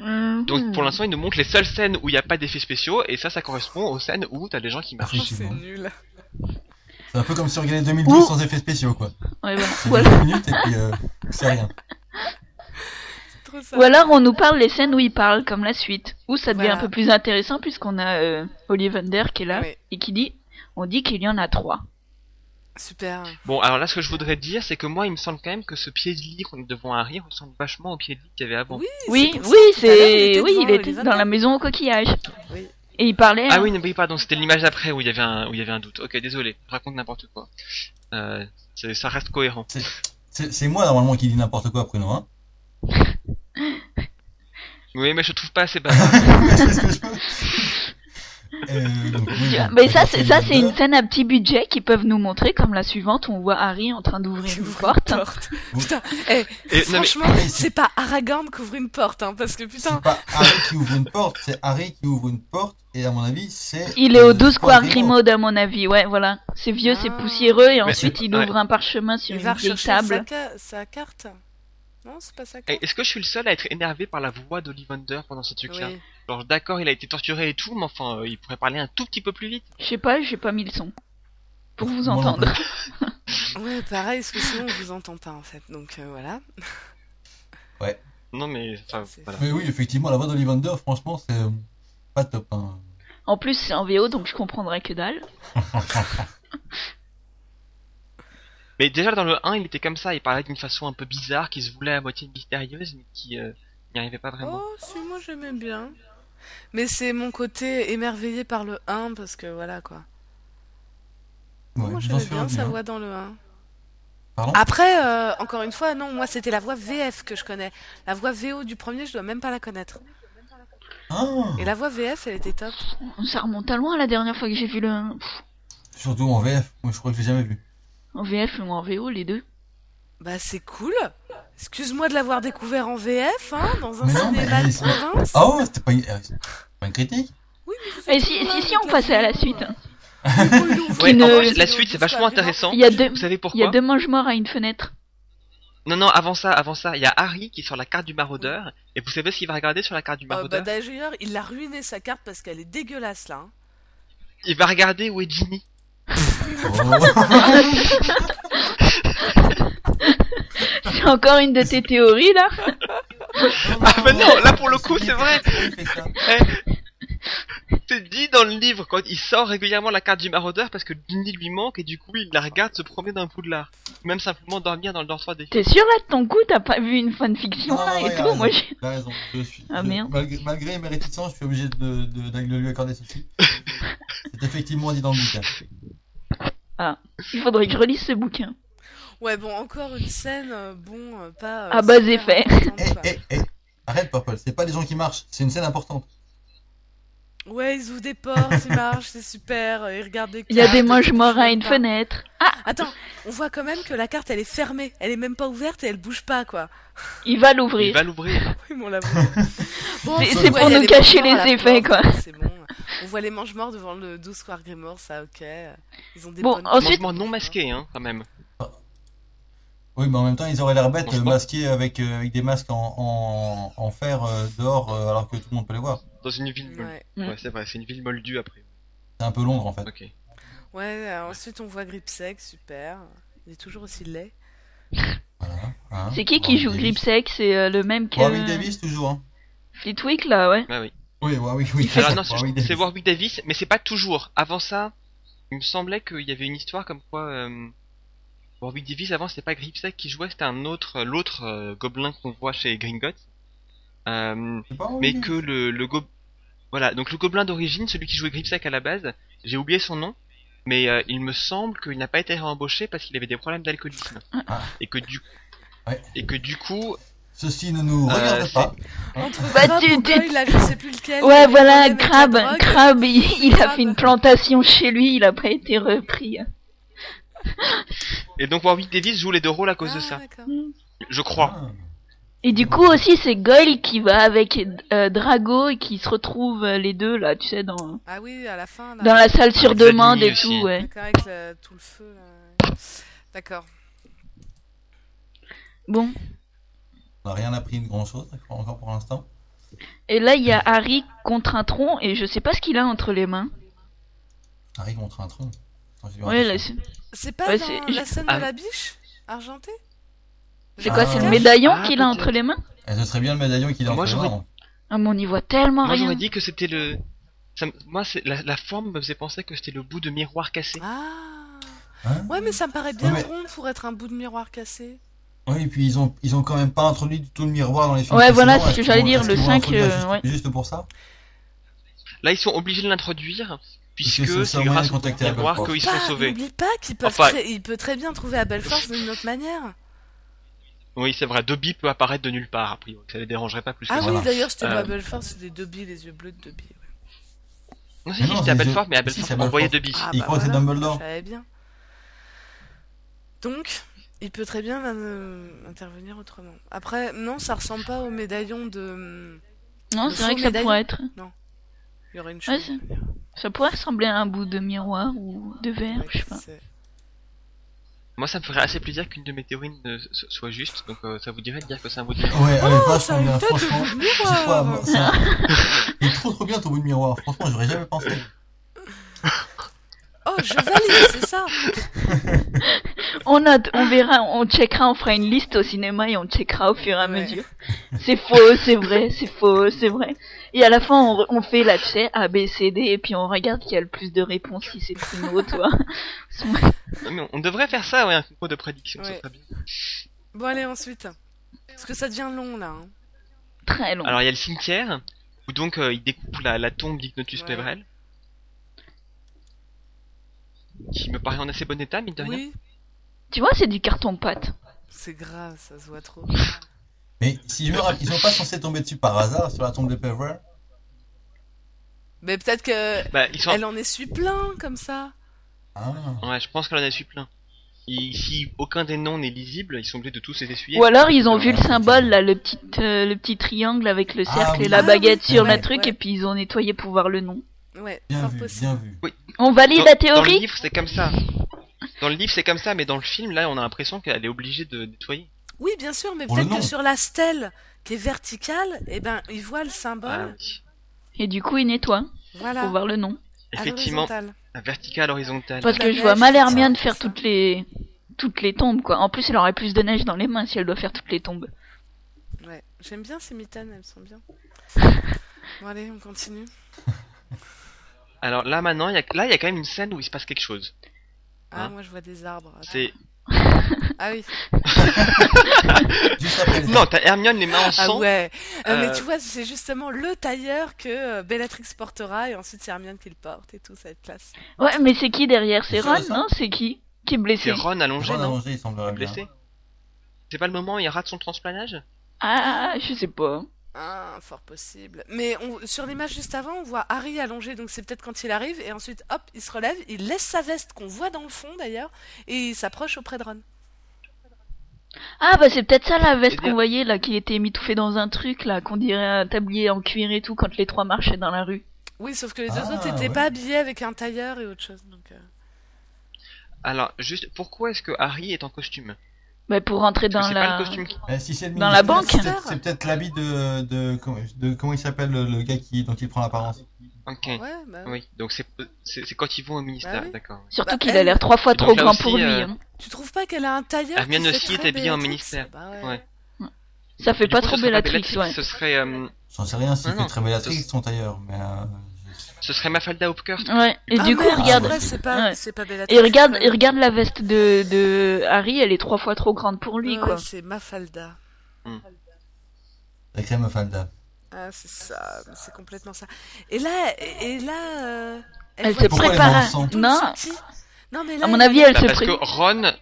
E: Euh,
G: Donc,
C: Hmm.
G: pour l'instant, ils nous montrent les seules scènes où il n'y a pas d'effets spéciaux, et ça, ça correspond aux scènes où t'as des gens qui marchent.
E: Oh, c'est
B: Effectivement.
E: nul.
B: C'est un peu comme si on regardait 2012
C: Ouh.
B: sans effets spéciaux, quoi.
C: Ouais, voilà.
B: C'est
C: Ou alors-
B: 10 minutes et puis euh, c'est rien.
E: C'est trop ça.
C: Ou alors on nous parle des scènes où ils parlent, comme la suite, où ça devient
E: Voilà.
C: un peu plus intéressant puisqu'on a euh, Ollivander qui est là
E: Oui.
C: et qui dit, on dit qu'il y en a trois.
E: Super.
G: Bon, alors là, ce que je voudrais dire, c'est que moi, il me semble quand même que ce pied de lit qu'on est devant Harry ressemble vachement au pied de lit qu'il y avait avant.
E: Oui,
C: Oui,
E: c'est pour ça
C: oui,
E: que tout à l'heure,
C: c'est oui,
E: devant
C: il était
E: Ollivander.
C: dans la maison au coquillage.
E: Oui.
C: Et il parlait.
G: Ah oui, non, oui, pardon, c'était l'image d'après où il y avait un, où il y avait un doute. Ok, désolé, je raconte n'importe quoi. Euh, c'est- ça reste cohérent.
B: C'est c'est moi normalement qui dis n'importe quoi, Pruno. Hein. [laughs]
G: Oui, mais je trouve pas assez bavard.
B: c'est ce que je veux. Euh, donc, oui, bon,
C: Bah, Mais ça, c'est
B: une
C: ça, c'est une
B: bonne
C: scène à petit budget qu'ils peuvent nous montrer, comme la suivante où on voit Harry en train d'ouvrir
E: Qui
C: une
E: ouvre
C: porte.
E: porte.
B: Ouh.
E: Putain, eh,
G: Et, non, mais,
E: franchement, c'est pas Aragorn qui ouvre une porte, hein, parce que putain,
B: C'est pas Harry qui ouvre une porte, c'est Harry qui ouvre une porte, et à mon avis, c'est.
C: Il est au
B: euh,
G: Oh,
C: 12
B: Square
C: square Grimaud, à mon avis. Ouais, voilà. C'est vieux, c'est
E: Ah.
C: poussiéreux, et
G: Mais-
C: ensuite il
G: ouais.
C: ouvre un parchemin sur
E: il va
C: une vieille
E: rechercher sa
C: table.
E: ca- sa carte. Non, c'est pas sa carte.
G: eh, est-ce que je suis le seul à être énervé par la voix d'Ollivander pendant ce truc-là
E: Oui.
G: Genre, d'accord, il a été torturé et tout, mais enfin, euh, il pourrait parler un tout petit peu plus vite.
C: Je sais pas, j'ai pas mis le son pour vous
B: Moi non
C: entendre.
E: Ouais, pareil, parce que sinon on vous entend pas en fait. Donc euh, voilà.
G: Non, mais, enfin,
E: C'est-
G: voilà.
B: Mais oui, effectivement, la voix d'Ollivander, franchement, c'est euh, pas top. Hein.
C: En plus, c'est en VO, donc je comprendrais que dalle.
G: Mais déjà, dans le 1, il était comme ça, il parlait d'une façon un peu bizarre, qui se voulait à moitié mystérieuse, mais qui euh, n'y arrivait
B: Ah
G: pas vraiment.
E: Oh, si, moi j'aimais bien. Mais c'est mon côté émerveillé par le 1 parce que voilà quoi.
B: Ouais,
E: moi
B: je t'en
E: j'aimais
B: suis
E: bien
B: revenu,
E: sa
B: hein.
E: voix dans le 1.
B: Pardon
E: Après, euh, encore une fois, non, moi c'était la voix VF que je connais. La voix VO du premier, je dois même pas la connaître.
B: Ah
E: Et la voix VF, elle était top.
C: Ça remonte à loin la dernière fois que j'ai vu le pff,
B: Surtout en VF, moi je crois que je l'ai jamais vu.
C: en VF ou en VO les deux.
E: Bah c'est cool. Excuse-moi de l'avoir découvert en VF, hein, dans un
B: Mais non, mais
E: cinéma
B: ils
E: de
B: sont-
E: province.
B: Ah ouais, c'était pas, une- euh, c'était pas une
E: [laughs]
B: critique
E: Oui, mais vous
C: Et
E: êtes
C: si,
E: loin,
C: si, si,
E: donc
C: on
E: la
C: passait à la
E: vidéo,
C: suite. hein.
E: il ouvre
G: Ouais,
E: une-
G: en
C: ne-
G: [laughs] fait, la
E: une-
G: suite, c'est
E: une-
G: vachement
E: une-
G: intéressant.
C: Il y a deux-
G: Vous savez
C: Il y a
G: pourquoi
C: deux manges morts à une fenêtre.
G: Non, non, avant ça, avant ça, il y a Harry qui est sur la carte du maraudeur. Et vous savez ce qu'il va regarder sur la carte du
E: Euh, bah,
G: maraudeur
E: D'ailleurs, il a ruiné sa carte parce qu'elle est dégueulasse là. hein.
G: Il va regarder où
E: [laughs]
G: est Ginny.
B: Oh. [laughs]
G: Ah,
C: J'ai encore une de tes théories là.
G: Ah bah non, là, pour le coup, c'est vrai.
B: Il fait ça.
G: C'est dit dans le livre quand il sort régulièrement la carte du maraudeur parce que Ginny lui manque et du coup il la regarde se promener dans le l'art. Même simplement dormir dans le Nord 3D.
C: T'es sûr là de ton coup T'as pas vu une fanfiction
B: Non,
C: là
B: non,
C: et
B: ouais,
C: tout
B: ouais,
C: Moi
B: ouais.
C: j'ai.
B: T'as raison, je suis.
C: Ah,
B: je-
C: merde.
B: Malgré, malgré mes réticences, je suis obligé de, de, de lui accorder
G: [laughs]
B: ceci. C'est effectivement dit dans le bouquin.
C: Il faudrait que je relise ce bouquin.
E: Ouais, bon, encore une scène, euh, bon, euh, pas. euh,
C: À bas
E: super
C: effet.
E: importante,
B: Eh,
E: quoi.
B: eh, eh, arrête, Purple, c'est pas des gens qui marchent, c'est une scène importante.
E: Ouais, ils ouvrent des portes, ils marchent, c'est super. euh, Ils regardent des
C: Il y a
E: cartes,
C: des
E: ils
C: manches
E: bougent
C: morts à
E: même
C: une
E: pas.
C: fenêtre. Ah
E: Attends, on voit quand même que la carte elle est fermée, elle est même pas ouverte et elle bouge pas quoi. [laughs]
C: Il va
G: Il
C: l'ouvrir.
G: va l'ouvrir.
E: Oui, mais on la voit. Bon,
C: C'est-
E: on
B: c'est
E: voit,
C: pour
E: il y a
C: nous
E: des manches
C: cacher
E: morts à
C: les
E: la
C: effets,
E: porte,
C: quoi.
E: [laughs] C'est bon. On voit les manches morts devant le 12 Square Grimoire, ça ok. Ils ont des
C: Bon,
E: bonnes-
C: ensuite-
G: Mouvement non masqué, hein, quand même.
B: Oui, mais en même temps, ils auraient l'air bêtes,
G: Franchement.
B: euh, masqués avec, euh, avec des masques en, en, en fer euh, dehors, euh, alors que tout le monde peut les voir.
G: Dans une ville moldue.
E: Ouais,
C: Mm.
G: Ouais, c'est vrai, c'est une ville moldue après.
B: C'est un peu Londres, en fait.
G: Ok.
E: ouais euh, ensuite on voit Gripsec, super. Il est toujours aussi laid.
B: Voilà, hein.
C: C'est qui
B: Warwick
C: qui joue
B: Davis.
C: Gripsec C'est euh, le même que
B: Warwick Davis, toujours. Hein.
C: Flitwick là, ouais.
G: Bah oui.
B: Oui, Warwick, oui.
G: Alors Ah, non,
B: [laughs] Warwick
G: c'est-
B: Davis.
G: c'est Warwick Davis, mais c'est pas toujours. Avant ça, il me semblait qu'il y avait une histoire comme quoi euh, Warwick Davis avant c'était pas Gripsec qui jouait, c'était un autre, euh, l'autre euh, gobelin qu'on voit chez Gringotts. Euh,
B: C'est pas Warwick
G: mais que le, le go- voilà donc le gobelin d'origine celui qui jouait Gripsack à la base j'ai oublié son nom mais euh, il me semble qu'il n'a pas été réembauché parce qu'il avait des problèmes d'alcoolisme
B: Ah.
G: et que du
B: Ouais.
G: et que du coup
B: Ceci ne nous
G: Euh,
B: regarde
G: c'est-
B: pas.
G: Hein
B: Ah,
E: Entre
C: Bah,
E: Crabbe,
C: tu- tu-
E: Bourgogne, là, je sais plus lequel. il y a
C: Ouais,
E: des
C: voilà,
E: problèmes avec la
C: Crab,
E: drogue. Ah,
C: Crab, il, il a
E: Crabbe.
C: fait une plantation chez lui, il a pas été repris.
G: et donc Warwick Davis joue les deux rôles à cause de
E: Ah,
G: ça
E: d'accord.
G: je crois
B: Ah.
C: Et du coup aussi c'est Goyle qui va avec euh, Drago et qui se retrouvent euh, les deux là, tu sais, dans,
E: Ah oui, à la fin. Là.
C: dans la salle sur
G: Avec la
C: demande
G: nuit
C: et
G: aussi.
C: tout, ouais.
E: D'accord, avec le- tout le feu. là. D'accord.
C: Bon.
B: On n'a rien appris de grand chose, encore pour l'instant.
C: Et là il y a Harry contre un tronc et je sais pas ce qu'il a entre les mains.
B: Harry contre un tronc. Attends, j'ai dû
C: Ouais,
B: raconter.
C: là, c'est
E: C'est pas
C: Ouais,
E: dans
C: c'est-
E: la scène
G: Ah.
E: de la biche Argentée
C: c'est quoi, c'est le
B: Ah.
C: médaillon
G: Ah,
C: qu'il a
G: peut-être.
C: entre les mains
B: Eh, ce serait bien le médaillon qu'il a
G: Moi,
B: entre les
G: j'aurais-
B: mains.
C: Ah mais on y voit tellement
G: moi
C: rien.
G: j'aurais dit que c'était le ça me- moi c'est la, la forme me faisait penser que c'était le bout de miroir cassé
E: Ah
B: Hein
E: Ouais, mais ça me paraît bien
B: mais-
E: rond pour être un bout de miroir cassé.
B: Oui, et puis ils ont, ils ont quand même pas introduit du tout le miroir dans les films.
C: Ouais,
B: précédents.
C: voilà, c'est ce
B: Est-ce
C: que j'allais
B: qu'ils
C: dire,
B: vont-
C: le
B: est-ce qu'ils vont
C: 5,
B: introduire
C: euh,
B: juste- juste pour ça
G: là ils sont obligés de l'introduire
B: Parce que
G: puisque
B: c'est le
G: c'est
B: moyen
G: grâce
B: de
G: au bout
B: contacter
G: de
B: la
G: miroir
B: Belfort.
G: qu'ils
E: Pas-
G: sont sauvés
E: Bah, N'oublie pas qu'il peut,
G: Enfin-
E: très- il peut très bien trouver à Belfort d'une autre manière.
G: oui c'est vrai Dobby peut apparaître de nulle part a priori ça les dérangerait pas plus que
E: Ah
G: ça.
E: oui, d'ailleurs, c'était pas
G: Euh.
E: Belfort, c'est des Dobby, les yeux bleus de Dobby. ouais.
G: non
B: Mais
G: si, si,
B: non,
G: c'était à
B: mais je-
G: Belfort mais à
B: si, c'est à
G: Belfort
B: Belfort.
G: envoyait Dobby
E: Ah,
B: il
E: bah
B: croit que c'est
E: voilà,
B: Dumbledore.
E: Je savais bien. Donc, il peut très bien euh, intervenir autrement. Après, non, ça ressemble pas au médaillon de. hum,
C: Non,
E: Le
C: c'est vrai
E: faux
C: que ça
E: médaillon.
C: pourrait être.
E: Il y aurait une
C: Ouais,
E: chose.
C: c'est- ça pourrait ressembler à un bout de miroir ou de verre, je sais pas.
G: Moi, ça me ferait assez plaisir qu'une de mes théories ne s- soit juste, donc euh, ça vous dirait de dire que c'est un bout de miroir.
B: Ouais, allez,
E: Oh,
B: passe,
E: ça a
B: on
E: une
B: vient,
E: tête
B: franchement.
E: de euh,
B: C'est quoi,
E: miroir
B: moi, ça Il est trop trop bien ton bout de miroir, franchement, j'aurais jamais pensé.
E: Oh, je valide, c'est ça
C: On note, on verra, on checkera, on fera une liste au cinéma et on checkera au fur et à
E: Ouais.
C: mesure. C'est faux, c'est vrai, c'est faux, c'est vrai. Et à la fin, on, re- on fait la check A, B, C, D, et puis on regarde qui a le plus de réponses, si c'est primo, toi. [laughs]
G: Non, mais on- on devrait faire ça, ouais, un concours de prédiction, ça
E: Ouais.
G: serait bien.
E: Bon, allez, ensuite. Parce que ça devient long, là. hein.
C: Très long.
G: Alors, il y a le cimetière, où donc euh, il découpe la, la tombe d'Ignotus
E: Ouais.
G: Peverell. Qui me paraît en assez bon état, mine de rien.
E: Oui,
C: Tu vois, c'est du carton-pâte.
E: c'est grave, ça se voit trop.
B: Mais si je me rappelle, ils sont pas censés tomber dessus par hasard sur la tombe de Peverell
E: Mais peut-être que
G: Bah, ils sont.
E: elle en essuie plein, comme ça.
B: Ah,
G: Ouais, je pense qu'elle en a su plein. Et si aucun des noms n'est lisible, ils sont obligés de tous les essuyer.
C: Ou alors, ils ont vu le
B: Ouais.
C: symbole, là, le petit, euh, le petit triangle avec le
B: Ah
C: cercle et
B: oui.
C: la
E: Ah
C: baguette
E: oui,
C: sur
E: ouais,
C: le truc,
E: ouais.
C: et puis ils ont nettoyé pour voir le nom.
E: Ouais,
B: bien
E: fort
B: vu,
E: possible.
B: bien vu.
C: On valide
G: Dans-
C: la
G: Dans le
C: théorie
G: livre, c'est comme ça. Dans le livre, c'est comme ça, mais dans le film, là, on a l'impression qu'elle est obligée de nettoyer.
E: Oui, bien sûr, mais
B: Pour
E: peut-être
B: le
E: que
B: nom.
E: sur la stèle qui est verticale, eh ben, ils voient le
G: Ah
E: symbole.
G: oui.
C: Et du coup, il nettoie
E: Voilà.
C: pour voir le nom.
E: à
G: Effectivement,
E: l'horizontale.
G: vertical, horizontal.
C: Parce
E: la
C: que je vois
E: neige,
C: mal
E: c'est
C: Hermione
E: ça,
C: faire
E: c'est
C: toutes les toutes les tombes quoi. En plus, elle aurait plus de neige dans les mains si elle doit faire toutes les tombes.
E: Ouais. J'aime bien ces mitaines, elles sont
G: [laughs]
E: bien. bon, allez, on continue.
G: Alors là maintenant, il y a... là il y a quand même une scène où il se passe quelque chose.
E: Ah,
G: Hein
E: moi, je vois des arbres. Attends.
G: C'est
E: Ah oui.
B: Juste après les
G: non, t'as Hermione les mains en
E: Ah
G: sang.
E: ouais. Euh,
G: Euh,
E: Mais tu vois, c'est justement le tailleur que euh, Bellatrix portera et ensuite c'est Hermione qui le porte et tout, ça va être classe.
C: Ouais, mais c'est qui derrière C'est
B: C'est
C: Ron,
B: ça.
C: non C'est qui qui est
G: C'est
C: blessé
G: Ron allongé,
B: Ron
G: non
B: allongé, il semblerait bien.
G: Blessé. C'est pas le moment où il rate son transplanage
C: Ah, je sais pas.
E: Ah, fort possible. Mais on- sur l'image juste avant, on voit Harry allongé, donc c'est peut-être quand il arrive, et ensuite, hop, il se relève, il laisse sa veste qu'on voit dans le fond d'ailleurs, et il s'approche auprès de Ron.
C: Ah bah c'est peut-être ça la veste qu'on
G: C'est-à-dire-
C: voyait là qui était mitouffée dans un truc là qu'on dirait un tablier en cuir et tout quand les trois marchaient dans la rue.
E: Oui, sauf que les deux
B: Ah,
E: autres n'étaient
B: ouais.
E: pas habillés avec un tailleur et autre chose. Donc, euh,
G: Alors, juste, pourquoi est-ce que Harry est en costume
C: Bah pour rentrer
G: Parce
C: dans
G: que
C: la
G: c'est pas le costume qui...
B: Euh, si c'est le
C: Dans la
B: ministère,
C: banque.
B: c'est peut-être- C'est peut-être l'habit de, de, comment- de- Comment il s'appelle le, le gars qui, dont il prend l'apparence
G: Ok,
E: ouais, bah,
G: oui. Donc c'est c'est c'est quand ils vont au
E: Bah
G: ministère,
E: oui.
G: d'accord.
C: surtout
E: Bah,
C: qu'il a
E: elle-
C: l'air trois fois
G: Et donc
C: trop
G: là
C: grand
G: aussi,
C: pour lui.
G: euh,
C: hein.
E: Tu trouves pas qu'elle a un tailleur
G: Hermione
E: qui fait
G: aussi
E: très
G: est habillée en
E: Bellatrix
G: ministère.
E: Bah ouais.
G: Ouais.
C: Ça fait
G: Du
C: pas
G: coup,
C: trop
G: ce serait pas
C: Bellatrix, ouais.
G: Ce serait, euh,
B: J'en sais rien, s'il
G: Non, non,
B: fait très Bellatrix,
G: ce-
B: son tailleur, mais... euh,
G: ce serait Mafalda Hopkirk.
C: Ouais. Et
E: Ah
C: du coup,
E: merde,
C: regarde,
E: en vrai, c'est pas,
C: Ouais.
E: c'est pas Bellatrix.
C: Et regarde,
E: quand
C: et
E: même.
C: regarde la veste de, de Harry, elle est trois fois trop grande pour lui,
E: Ouais,
C: quoi.
E: C'est Mafalda.
B: Avec la Mafalda.
E: Ah, c'est ça, mais c'est complètement ça. Et là, et, et là, euh,
C: Elle
E: voit
C: se
E: Pourquoi
C: prépare
B: elle
C: à...
B: est en sang
C: Non,
E: Totsuki. Non, mais là,
C: à mon
E: elle-
C: avis, elle
G: Bah,
C: se
G: parce que
C: prépare...
G: Ron...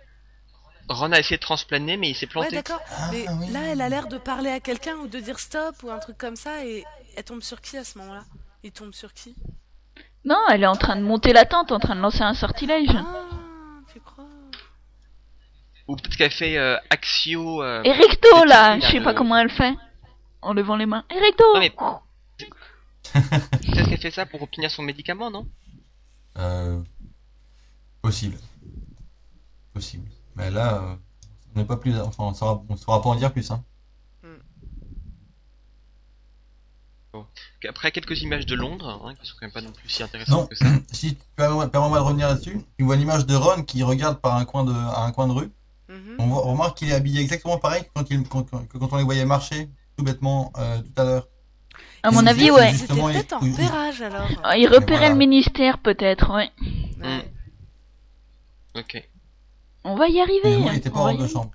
G: Ron a essayé de transplaner, mais il s'est
E: Ouais,
G: planté.
E: d'accord.
B: Ah,
E: Mais
B: oui.
E: là, elle a l'air de parler à quelqu'un ou de dire stop ou un truc comme ça et elle tombe sur qui à ce moment-là Il tombe sur qui
C: Non, elle est en train de monter la tente, en train de lancer un sortilège.
E: Ah, tu crois
G: Ou peut-être qu'elle fait euh, Axio... euh,
C: Et recto,
G: c'est
C: là,
G: qui,
C: je
G: là,
C: sais
G: le-
C: pas comment elle fait. En levant les mains. Et recto
G: Non, mais- Peut-être qu'elle fait ça pour obtenir son médicament, non
B: Euh, Possible. Possible. Mais là, euh, on n'est pas plus... Enfin, on saura, on saura pas en dire plus, hein. [clears throat]
G: Après quelques images de Londres, hein, qui sont quand même pas non plus si intéressantes
B: Non,
G: que ça.
B: si tu permets- permets-moi de revenir là-dessus, tu vois l'image de Ron qui regarde par un coin de, à un coin de rue.
C: Mm.
E: Mhm.
B: On voit- on remarque qu'il est habillé exactement pareil que quand, il, quand- quand- que quand on les voyait marcher, tout bêtement, euh, tout à l'heure.
C: À mon
B: Ils
C: avis,
B: étaient-
C: ouais.
E: Ils étaient
B: Justement,
E: peut-être en
B: ils-
E: repérage alors.
C: Ah, Il repérait
B: voilà.
C: le ministère, peut-être, ouais.
E: Ouais.
G: Ok.
C: On va y arriver.
B: Mais moi,
C: hein.
B: il était pas
C: On va
B: hors
C: y
B: de
C: arriver.
B: chambre.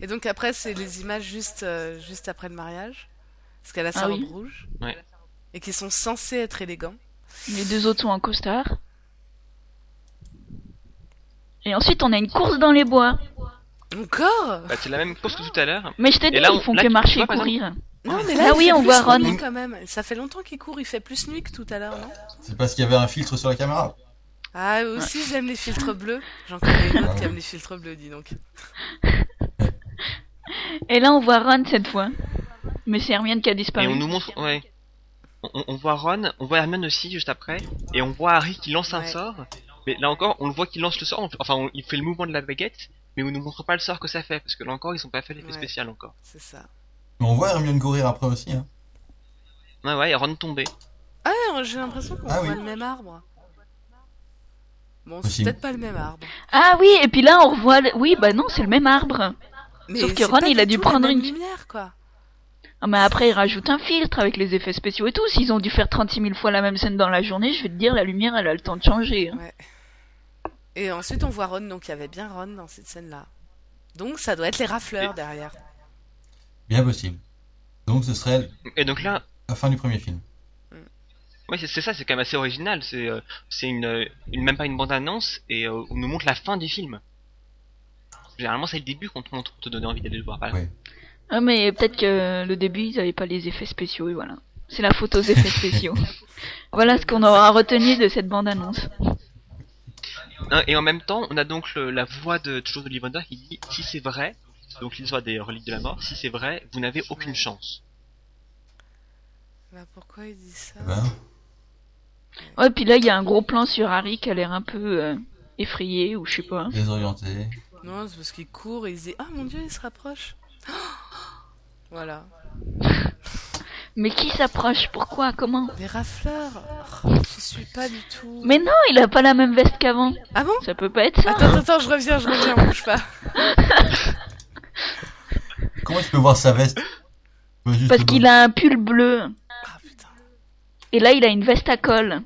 E: Et donc après, c'est les images juste, euh, juste après le mariage, parce qu'elle a sa
C: Ah
E: robe
C: oui.
E: rouge,
G: Ouais.
E: et qui sont censés être élégants.
C: Les deux autres sont en costard. Et ensuite, on a une course dans les bois.
E: Encore
G: Bah, c'est la même course que tout à l'heure.
C: Mais je t'ai dit,
G: là, on-
C: ils font
G: là,
C: que
G: tu- tu
C: marcher et
G: vois, par
C: courir.
E: Non,
G: Ouais.
E: mais là,
C: Ah
E: il
C: oui,
E: fait
C: on
E: plus
C: voit Ron.
E: nuit, quand même. Ça fait longtemps qu'il court, il fait plus nuit que tout à l'heure, non
B: C'est parce qu'il y avait un filtre sur la caméra.
E: Ah, eux aussi, ils aiment les filtres bleus. J'en connais une autre qui aime les filtres bleus, dis donc.
C: Et là, on voit Ron cette fois. Mais c'est Hermione qui a
G: Et
C: disparu.
G: on nous montre, ouais. On- On, on voit Ron, on voit Hermione aussi juste après, et on voit Harry qui lance un
E: Ouais.
G: sort. Mais là encore, on le voit qui lance le sort. on- enfin, on- il fait le mouvement de la baguette, mais on nous montre pas le sort que ça fait parce que là encore, ils ont pas fait l'effet
E: Ouais.
G: spécial encore.
E: C'est ça.
B: Mais on voit Hermione courir après aussi. Hein.
G: Ouais, ouais, et Ron tombé.
E: Ah, j'ai l'impression qu'on
B: Ah
E: voit
B: oui.
E: le même arbre. Bon, c'est
B: Possible.
E: peut-être pas le même arbre.
C: Ah oui, et puis là, on revoit... le- Oui, bah non, c'est le même arbre.
E: Mais
C: Sauf que
E: c'est
C: Ron,
E: pas
C: il a
E: du
C: dû
E: tout
C: prendre
E: la même
C: une-
E: lumière, quoi.
C: Ah, mais après, ils rajoutent un filtre avec les effets spéciaux et tout. S'ils ont dû faire 36 000 fois la même scène dans la journée, je vais te dire, la lumière, elle a le temps de changer. hein.
E: Et ensuite, on voit Ron, donc il y avait bien Ron dans cette scène-là. Donc, ça doit être les rafleurs
G: Et-
E: derrière.
B: Bien possible. Donc ce serait
G: Et donc là,
B: la fin du premier film.
G: ouais, c'est c'est ça, c'est quand même assez original. C'est, euh, c'est une, euh, une- même pas une bande annonce, et euh, on nous montre la fin du film. Généralement, c'est le début qu'on te montre pour te donner envie d'aller le voir. Voilà.
B: Ouais.
C: Ah, mais peut-être que le début, ils avaient pas les effets spéciaux et voilà. C'est la faute aux effets spéciaux. voilà ce qu'on aura retenu de cette bande-annonce.
G: Hein, Et en même temps, on a donc le- la voix de toujours de Ollivander qui dit si c'est vrai, donc l'histoire des reliques de la mort, si c'est vrai, vous n'avez aucune chance.
E: Bah, pourquoi il dit ça
B: Eh
C: Ah.
B: ben,
C: Ouais, puis là, il y a un gros plan sur Harry qui a l'air un peu euh, effrayé ou je sais pas.
B: désorienté.
E: Non, c'est parce qu'il court et il se dit Ah mon dieu, il se rapproche. [gasps] voilà.
C: Mais qui s'approche Pourquoi Comment
E: Des rafleurs Oh, Je suis pas du tout.
C: Mais non, il a pas la même veste qu'avant.
E: Ah bon
C: Ça peut pas être ça.
E: Attends, attends, je reviens, je reviens, bouge pas.
B: Comment tu peux voir sa veste Je veux juste
C: Parce
B: le
C: qu'il a un pull bleu.
E: Ah putain.
C: Et là, il a une veste à col.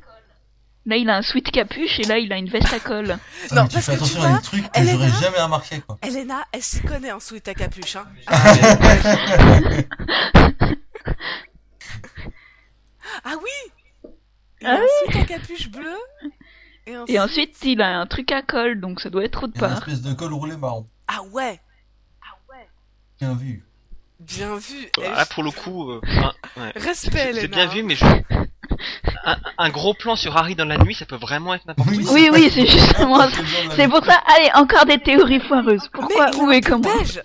C: Là, il a un sweat capuche et là, il a une veste à col.
B: Ah,
E: Non,
B: mais tu
E: parce
B: fais
E: que tu
B: attention
E: vois,
B: à des trucs que
E: elle est
B: j'aurais
E: là.
B: jamais remarqué quoi.
E: Elena, elle s'y connaît en sweat à capuche, hein. Ah oui Il a
C: Ah
E: un sweat à capuche bleu. Et ensuite...
C: Et ensuite, il a un truc à col, donc ça doit être autre
B: Il y a une
C: part.
B: espèce de col roulé marron.
E: Ah ouais
B: Bien vu.
E: Bien vu
G: Voilà,
E: Elle-
G: Là, pour le coup, euh, un- ouais.
E: Respect,
G: c'est
E: Elena.
G: bien vu, mais je... un, un gros plan sur Harry dans la nuit, ça peut vraiment être n'importe quoi.
C: Oui, oui, c'est justement ça. C'est pour ça, allez, encore des théories foireuses. Pourquoi,
E: ah, Mais il a
C: où
E: un
C: et
E: pull
C: comment
E: beige.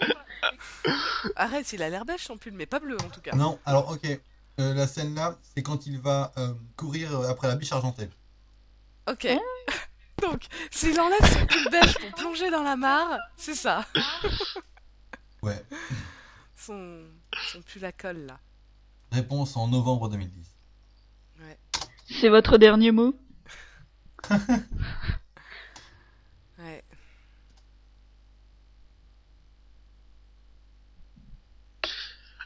E: Arrête, il a l'air beige son pull, mais pas bleu en tout cas.
B: Non, alors ok. Euh, la scène là, c'est quand il va euh, courir après la biche argentée.
E: Ok. [laughs] Donc, s'il enlève son pull beige pour plonger dans la mare, c'est ça.
B: [laughs] Ouais.
E: Son, son pull à colle là.
B: Réponse en novembre 2010.
E: [laughs]
C: C'est votre dernier mot
E: Ouais.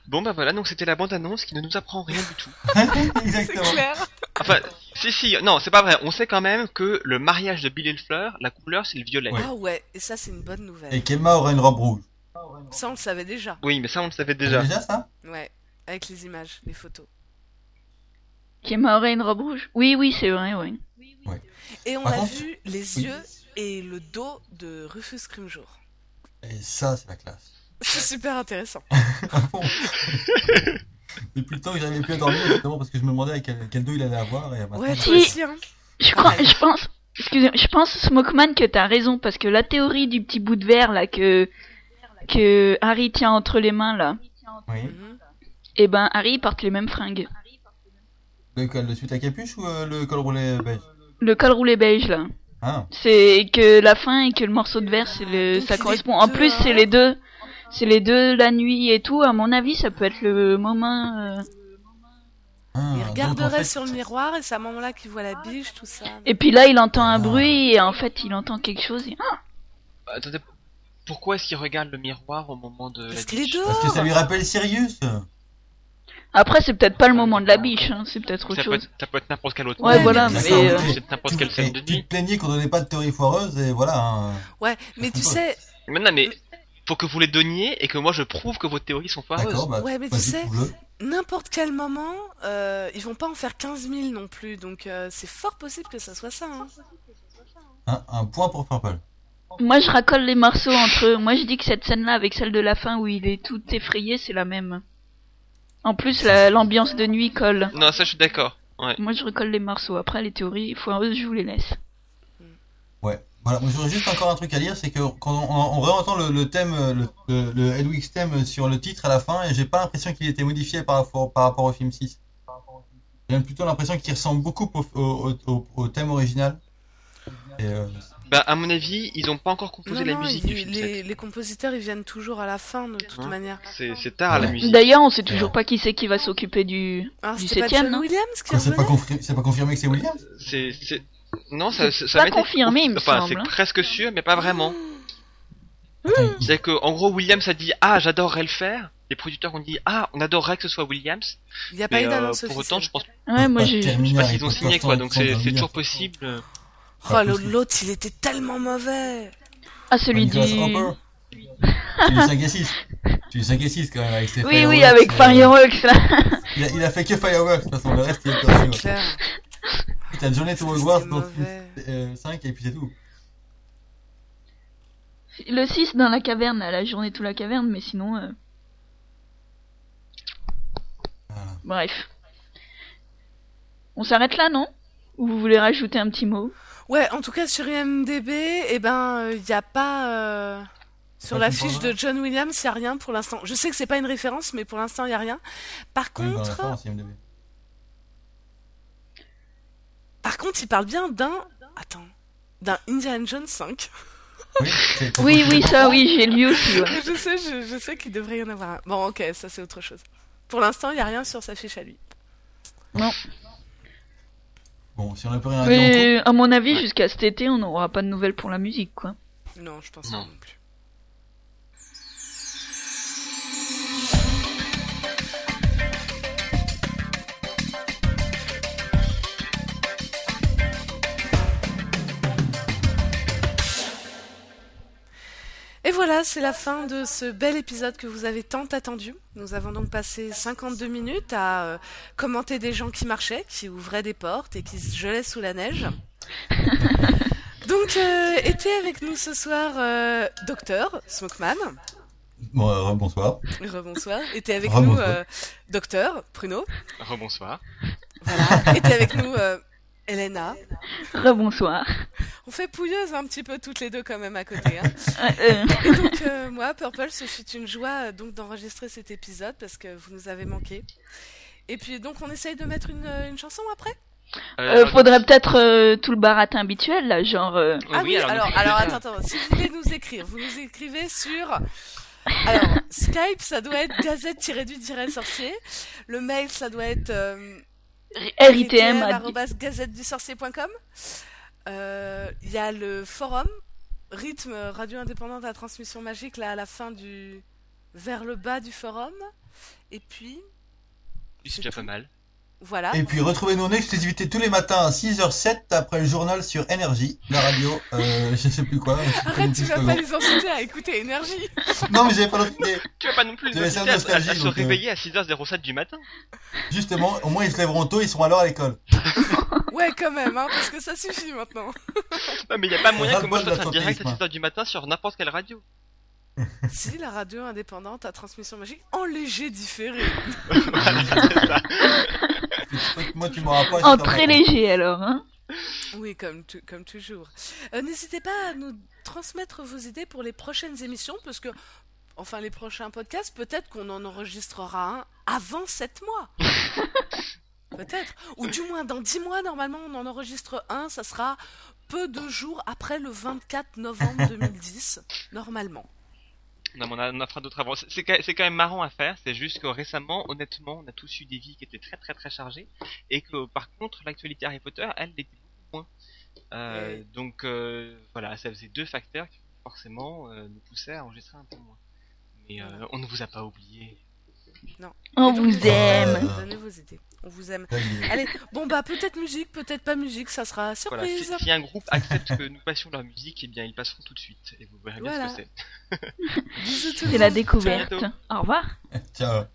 G: Bon, bah voilà, donc c'était la bande-annonce qui ne nous apprend rien du tout.
E: C'est
B: Hein, Exactement.
E: clair.
G: Enfin, si, si, non, c'est pas vrai. On sait quand même que le mariage de Bill et le Fleur, la couleur, c'est le violet.
B: Ouais.
E: Ah ouais, et ça c'est une bonne nouvelle.
B: Et qu'Emma aura une robe rouge.
E: Ça on le savait déjà.
G: Oui, mais ça, on le savait déjà.
B: Déjà ça
E: Ouais, avec les images, les photos.
C: Qui m'aurait une robe rouge Oui, oui, c'est vrai, oui.
E: Et on
B: Par
E: a
B: contre-
E: vu les
B: Oui.
E: yeux et le dos de Rufus Scrimgeour.
B: Et ça, c'est la classe.
E: [laughs] C'est super intéressant.
B: Ah bon [laughs] Depuis le temps que j'avais plus à dormir, justement, parce que je me demandais à quel, quel dos il allait avoir. Et maintenant,
E: Ouais,
B: je-
E: toi
C: Si.
E: aussi, hein.
C: Je crois,
E: Pareil.
C: je pense, excusez, je pense Smokeman que t'as raison parce que la théorie du petit bout de verre là que que Harry tient entre les mains là,
B: Oui.
E: Mhm.
C: eh ben Harry il porte les mêmes fringues.
B: Le col de suite à capuche ou euh, le col roulé beige
C: Le col roulé beige là,
B: Ah,
C: c'est que la fin et que le morceau de verre c'est le,
E: Donc,
C: ça
E: il est
C: correspond. En
E: deux,
C: plus
E: hein.
C: c'est les deux, c'est les deux la nuit et tout. À mon avis ça peut être le moment. euh.
B: Ah,
E: Il
B: donc, en
E: regarderait
B: fait,
E: sur le miroir et c'est à un moment là qu'il voit la biche, tout ça.
C: Et puis là il entend un
B: Ah.
C: bruit et en fait il entend quelque chose. Et... Ah
G: Euh, Attendez, pourquoi est-ce qu'il regarde le miroir au moment de. la
E: Parce qu'il est
G: douche
B: Parce que ça
E: dehors
B: lui rappelle Sirius.
C: Après c'est peut-être pas le moment de la biche, hein, c'est peut-être autre
G: ça peut,
C: chose.
G: être, ça peut être n'importe quel autre
C: Ouais,
G: moment.
C: voilà,
G: Ça
B: mais,
G: peut être-
B: euh,
G: c'est n'importe quelle
B: Et
G: scène de
B: tu
G: nuit.
B: te plaignais qu'on donnait pas de théorie foireuse et voilà. hein.
E: Ouais, mais tu
B: Ouais.
E: sais,
G: Mais non, mais faut que vous les donniez et que moi je prouve que vos théories sont foireuses.
B: D'accord, bah,
E: Ouais, mais tu
B: vas-y,
E: sais-
B: prouve-le.
E: n'importe quel moment, euh, ils vont pas en faire 15 000 non plus, donc euh, c'est fort possible que ça soit ça. hein.
B: Hein, un point pour Purple.
C: Moi, je racole les morceaux entre eux. Moi, je dis que cette scène-là, avec celle de la fin où il est tout effrayé, c'est la même. En plus, la- l'ambiance de nuit colle.
G: Non, ça je suis d'accord. Ouais.
C: Moi, je recolle les morceaux. Après, les théories, foireuses, je vous les laisse.
B: Ouais. Voilà, moi, j'aurais juste encore un truc à dire, c'est que quand on, on- on réentend le, le thème, euh, le, le, le Hedwig's thème sur le titre à la fin, et j'ai pas l'impression qu'il ait été modifié par, rapport- par rapport au film 6. J'ai même plutôt l'impression qu'il ressemble beaucoup au, au- au- au thème original. Et, euh,
G: Bah, à mon avis, ils ont pas encore composé
E: Non,
G: la
E: non,
G: musique
E: ils-
G: du film.
E: les, les compositeurs ils viennent toujours à la fin de toute
G: Hein
E: manière.
G: C'est c'est tard la
B: Ouais.
G: musique.
C: D'ailleurs, on sait toujours pas qui c'est qui va s'occuper du.
E: Alors
C: Du
E: Ah, c'était pas
C: septième,
E: John
C: non
E: Williams qui
B: quoi, c'est pas,
E: revenait
B: confirmé- c'est pas confirmé que c'est Williams
G: C'est c'est- non, ça ça, ça
C: pas
G: m'a été-
C: confirmé, il me
G: Enfin,
C: semble, hein.
G: c'est presque sûr, mais pas vraiment.
E: Hmm.
B: Attends, il-
G: C'est que en gros, Williams a dit ah j'adorerais le faire. Les producteurs ont dit ah on adorerait que ce soit Williams.
E: Il n'y a pas
G: Mais
E: eu
G: euh,
E: d'annonce
G: pour
E: officielle.
G: autant, je pense
C: Ouais, moi,
B: pas
C: j'ai.
B: terminé
G: pas
B: Harry
G: qu'ils ont
B: Potter
G: signé
B: sans-
G: quoi. Donc
B: sans
G: c'est
B: Williams.
G: c'est toujours possible.
E: Oh,
B: pas
E: le-
B: possible.
E: l'autre il était tellement mauvais
C: Ah, celui du.
B: Nicolas
C: [laughs]
B: Hopper. Tu es 5 et 6. Tu es 5 et 6 quand même avec ses
C: Oui, oui,
B: fireworks,
C: avec
B: euh,
C: Fireworks, là.
B: Il a, il a fait que Fireworks, de toute façon, le reste il est perdu. ouais.
E: Claire,
B: T'as Journey to
E: c'était
B: Hogwarts dans le film
E: mauvais.
B: euh, 5 et puis c'est tout.
C: Le 6 dans la caverne, là, la journée tout la caverne, mais sinon. euh,
B: Voilà.
C: Bref. On s'arrête là, non Ou vous voulez rajouter un petit mot
E: Ouais, en tout cas sur IMDB, eh ben il n'y a pas euh, sur
B: Pas
E: la fiche
B: comparé.
E: de John Williams, il n'y a rien pour l'instant. Je sais que c'est pas une référence, mais pour l'instant il n'y a rien. Par
B: Oui, dans la
E: contre,
B: France,
E: [laughs]
B: IMDb.
E: Par contre, il parle bien d'un. Attends. D'un Indiana Jones 5.
B: Oui, c'est- c'est
C: Oui,
B: possible.
C: oui, ça, oui, j'ai lu aussi. ouais.
E: [laughs] je sais, je, je sais qu'il devrait y en avoir un. Bon, ok, ça c'est autre chose. Pour l'instant, il n'y a rien sur sa fiche à lui.
B: Bon, si on n'a plus rien à dire, on
C: Mais à mon avis, jusqu'à cet été, on n'aura pas de nouvelles pour la musique,
B: [laughs]
C: quoi.
E: Non, je pense
G: Non.
E: pas non plus. Et voilà, c'est la fin de ce bel épisode que vous avez tant attendu. Nous avons donc passé 52 minutes à euh, commenter des gens qui marchaient, qui ouvraient des portes et qui se gelaient sous la neige. Donc, euh, était avec nous ce soir euh, Docteur Smokeman.
B: Bon, euh, bonsoir.
E: Rebonsoir. Était avec
B: Rebonsoir.
E: nous euh, Docteur Pruno.
G: Euh, Rebonsoir.
E: Voilà. Était avec nous euh, Elena.
B: [laughs]
C: Rebonsoir.
E: On fait pouilleuse un petit peu toutes les deux quand même à côté. hein.
C: Euh, euh,
E: Et donc, euh, moi, Purple, ce fut une joie euh, donc d'enregistrer cet épisode parce que vous nous avez manqué. Et puis, donc, on essaye de mettre une, euh, une chanson après
C: euh, faudrait peut-être euh, tout le baratin habituel, là, genre... euh,
E: Ah oui, alors,
G: nous-
E: alors [laughs] attends, attends, si vous voulez nous écrire, vous nous écrivez sur... Alors, Skype, ça doit être gazette-du-sorcier. Le mail, ça doit être... Euh,
C: RITM a dit-
E: sorcier.com Euh, Il y a le forum, rythme radio indépendante à transmission magique, là, à la fin du... vers le bas du forum. Et puis,
G: C'est déjà pas mal.
E: voilà.
B: Et puis retrouvez-nous en exclusivité tous les matins à 6h07 après le journal sur Énergie, la radio, euh, [laughs] je sais plus quoi. je sais plus
E: Arrête,
B: le
E: tu
B: petit
E: vas
B: slogan.
E: pas les inciter à écouter Énergie
B: Non, mais j'avais pas l'autre idée.
G: Tu vas pas non plus
B: Vous
G: nous
B: avez ça
G: inciter à, à- à
B: nostalgie,
G: se
B: donc, euh,
G: réveiller à 6h07 du matin.
B: Justement, au moins ils se lèveront tôt, ils seront alors à l'école.
E: Ouais, quand même, hein, parce que ça suffit maintenant.
G: Non, mais y a pas moyen
B: ras le
G: que Ah, moi je
B: bol
G: fasse un direct à
B: d'attentisme.
G: 6h du matin sur n'importe quelle [laughs] radio.
E: Si la radio indépendante à transmission magique en léger différé.
G: Voilà, c'est ça.
B: Moi, tu m'auras pas.
C: En
B: si t'en
C: très
B: vas.
C: léger, alors, hein.
E: Oui, comme, tu- comme toujours. Euh, N'hésitez pas à nous transmettre vos idées pour les prochaines émissions, parce que, enfin, les prochains podcasts, peut-être qu'on en enregistrera un avant 7
C: [laughs]
E: mois. peut-être. Ou du moins, dans 10 mois, normalement, on en enregistre un. Ça sera peu de jours après le 24 novembre 2010, normalement.
G: Non, mais on, a, on en fera d'autres avant. C'est- C'est quand c'est quand même marrant à faire, c'est juste que récemment, honnêtement, on a tous eu des vies qui étaient très très très chargées, et que par contre, l'actualité Harry Potter, elle l'était beaucoup moins. Euh,
E: Ouais.
G: Donc euh, voilà, ça faisait deux facteurs qui forcément euh, nous poussaient à enregistrer un peu moins. Mais euh,
E: Voilà.
G: on ne vous a pas oublié.
C: On
E: Et donc, euh,
C: vous
E: n'hésitez pas à
C: aime.
B: aime.
E: nous Donnez vos idées. On vous aime.
B: D'ailleurs.
E: Allez, bon bah peut-être musique, peut-être pas musique, ça sera
G: Voilà, si,
E: surprise.
G: si un groupe accepte que nous passions leur musique, eh bien ils passeront tout de suite, et vous verrez bien
E: Voilà.
G: ce que c'est.
E: Bisous tout le
C: C'est la
E: monde.
C: découverte. Au revoir.
B: [laughs] Ciao.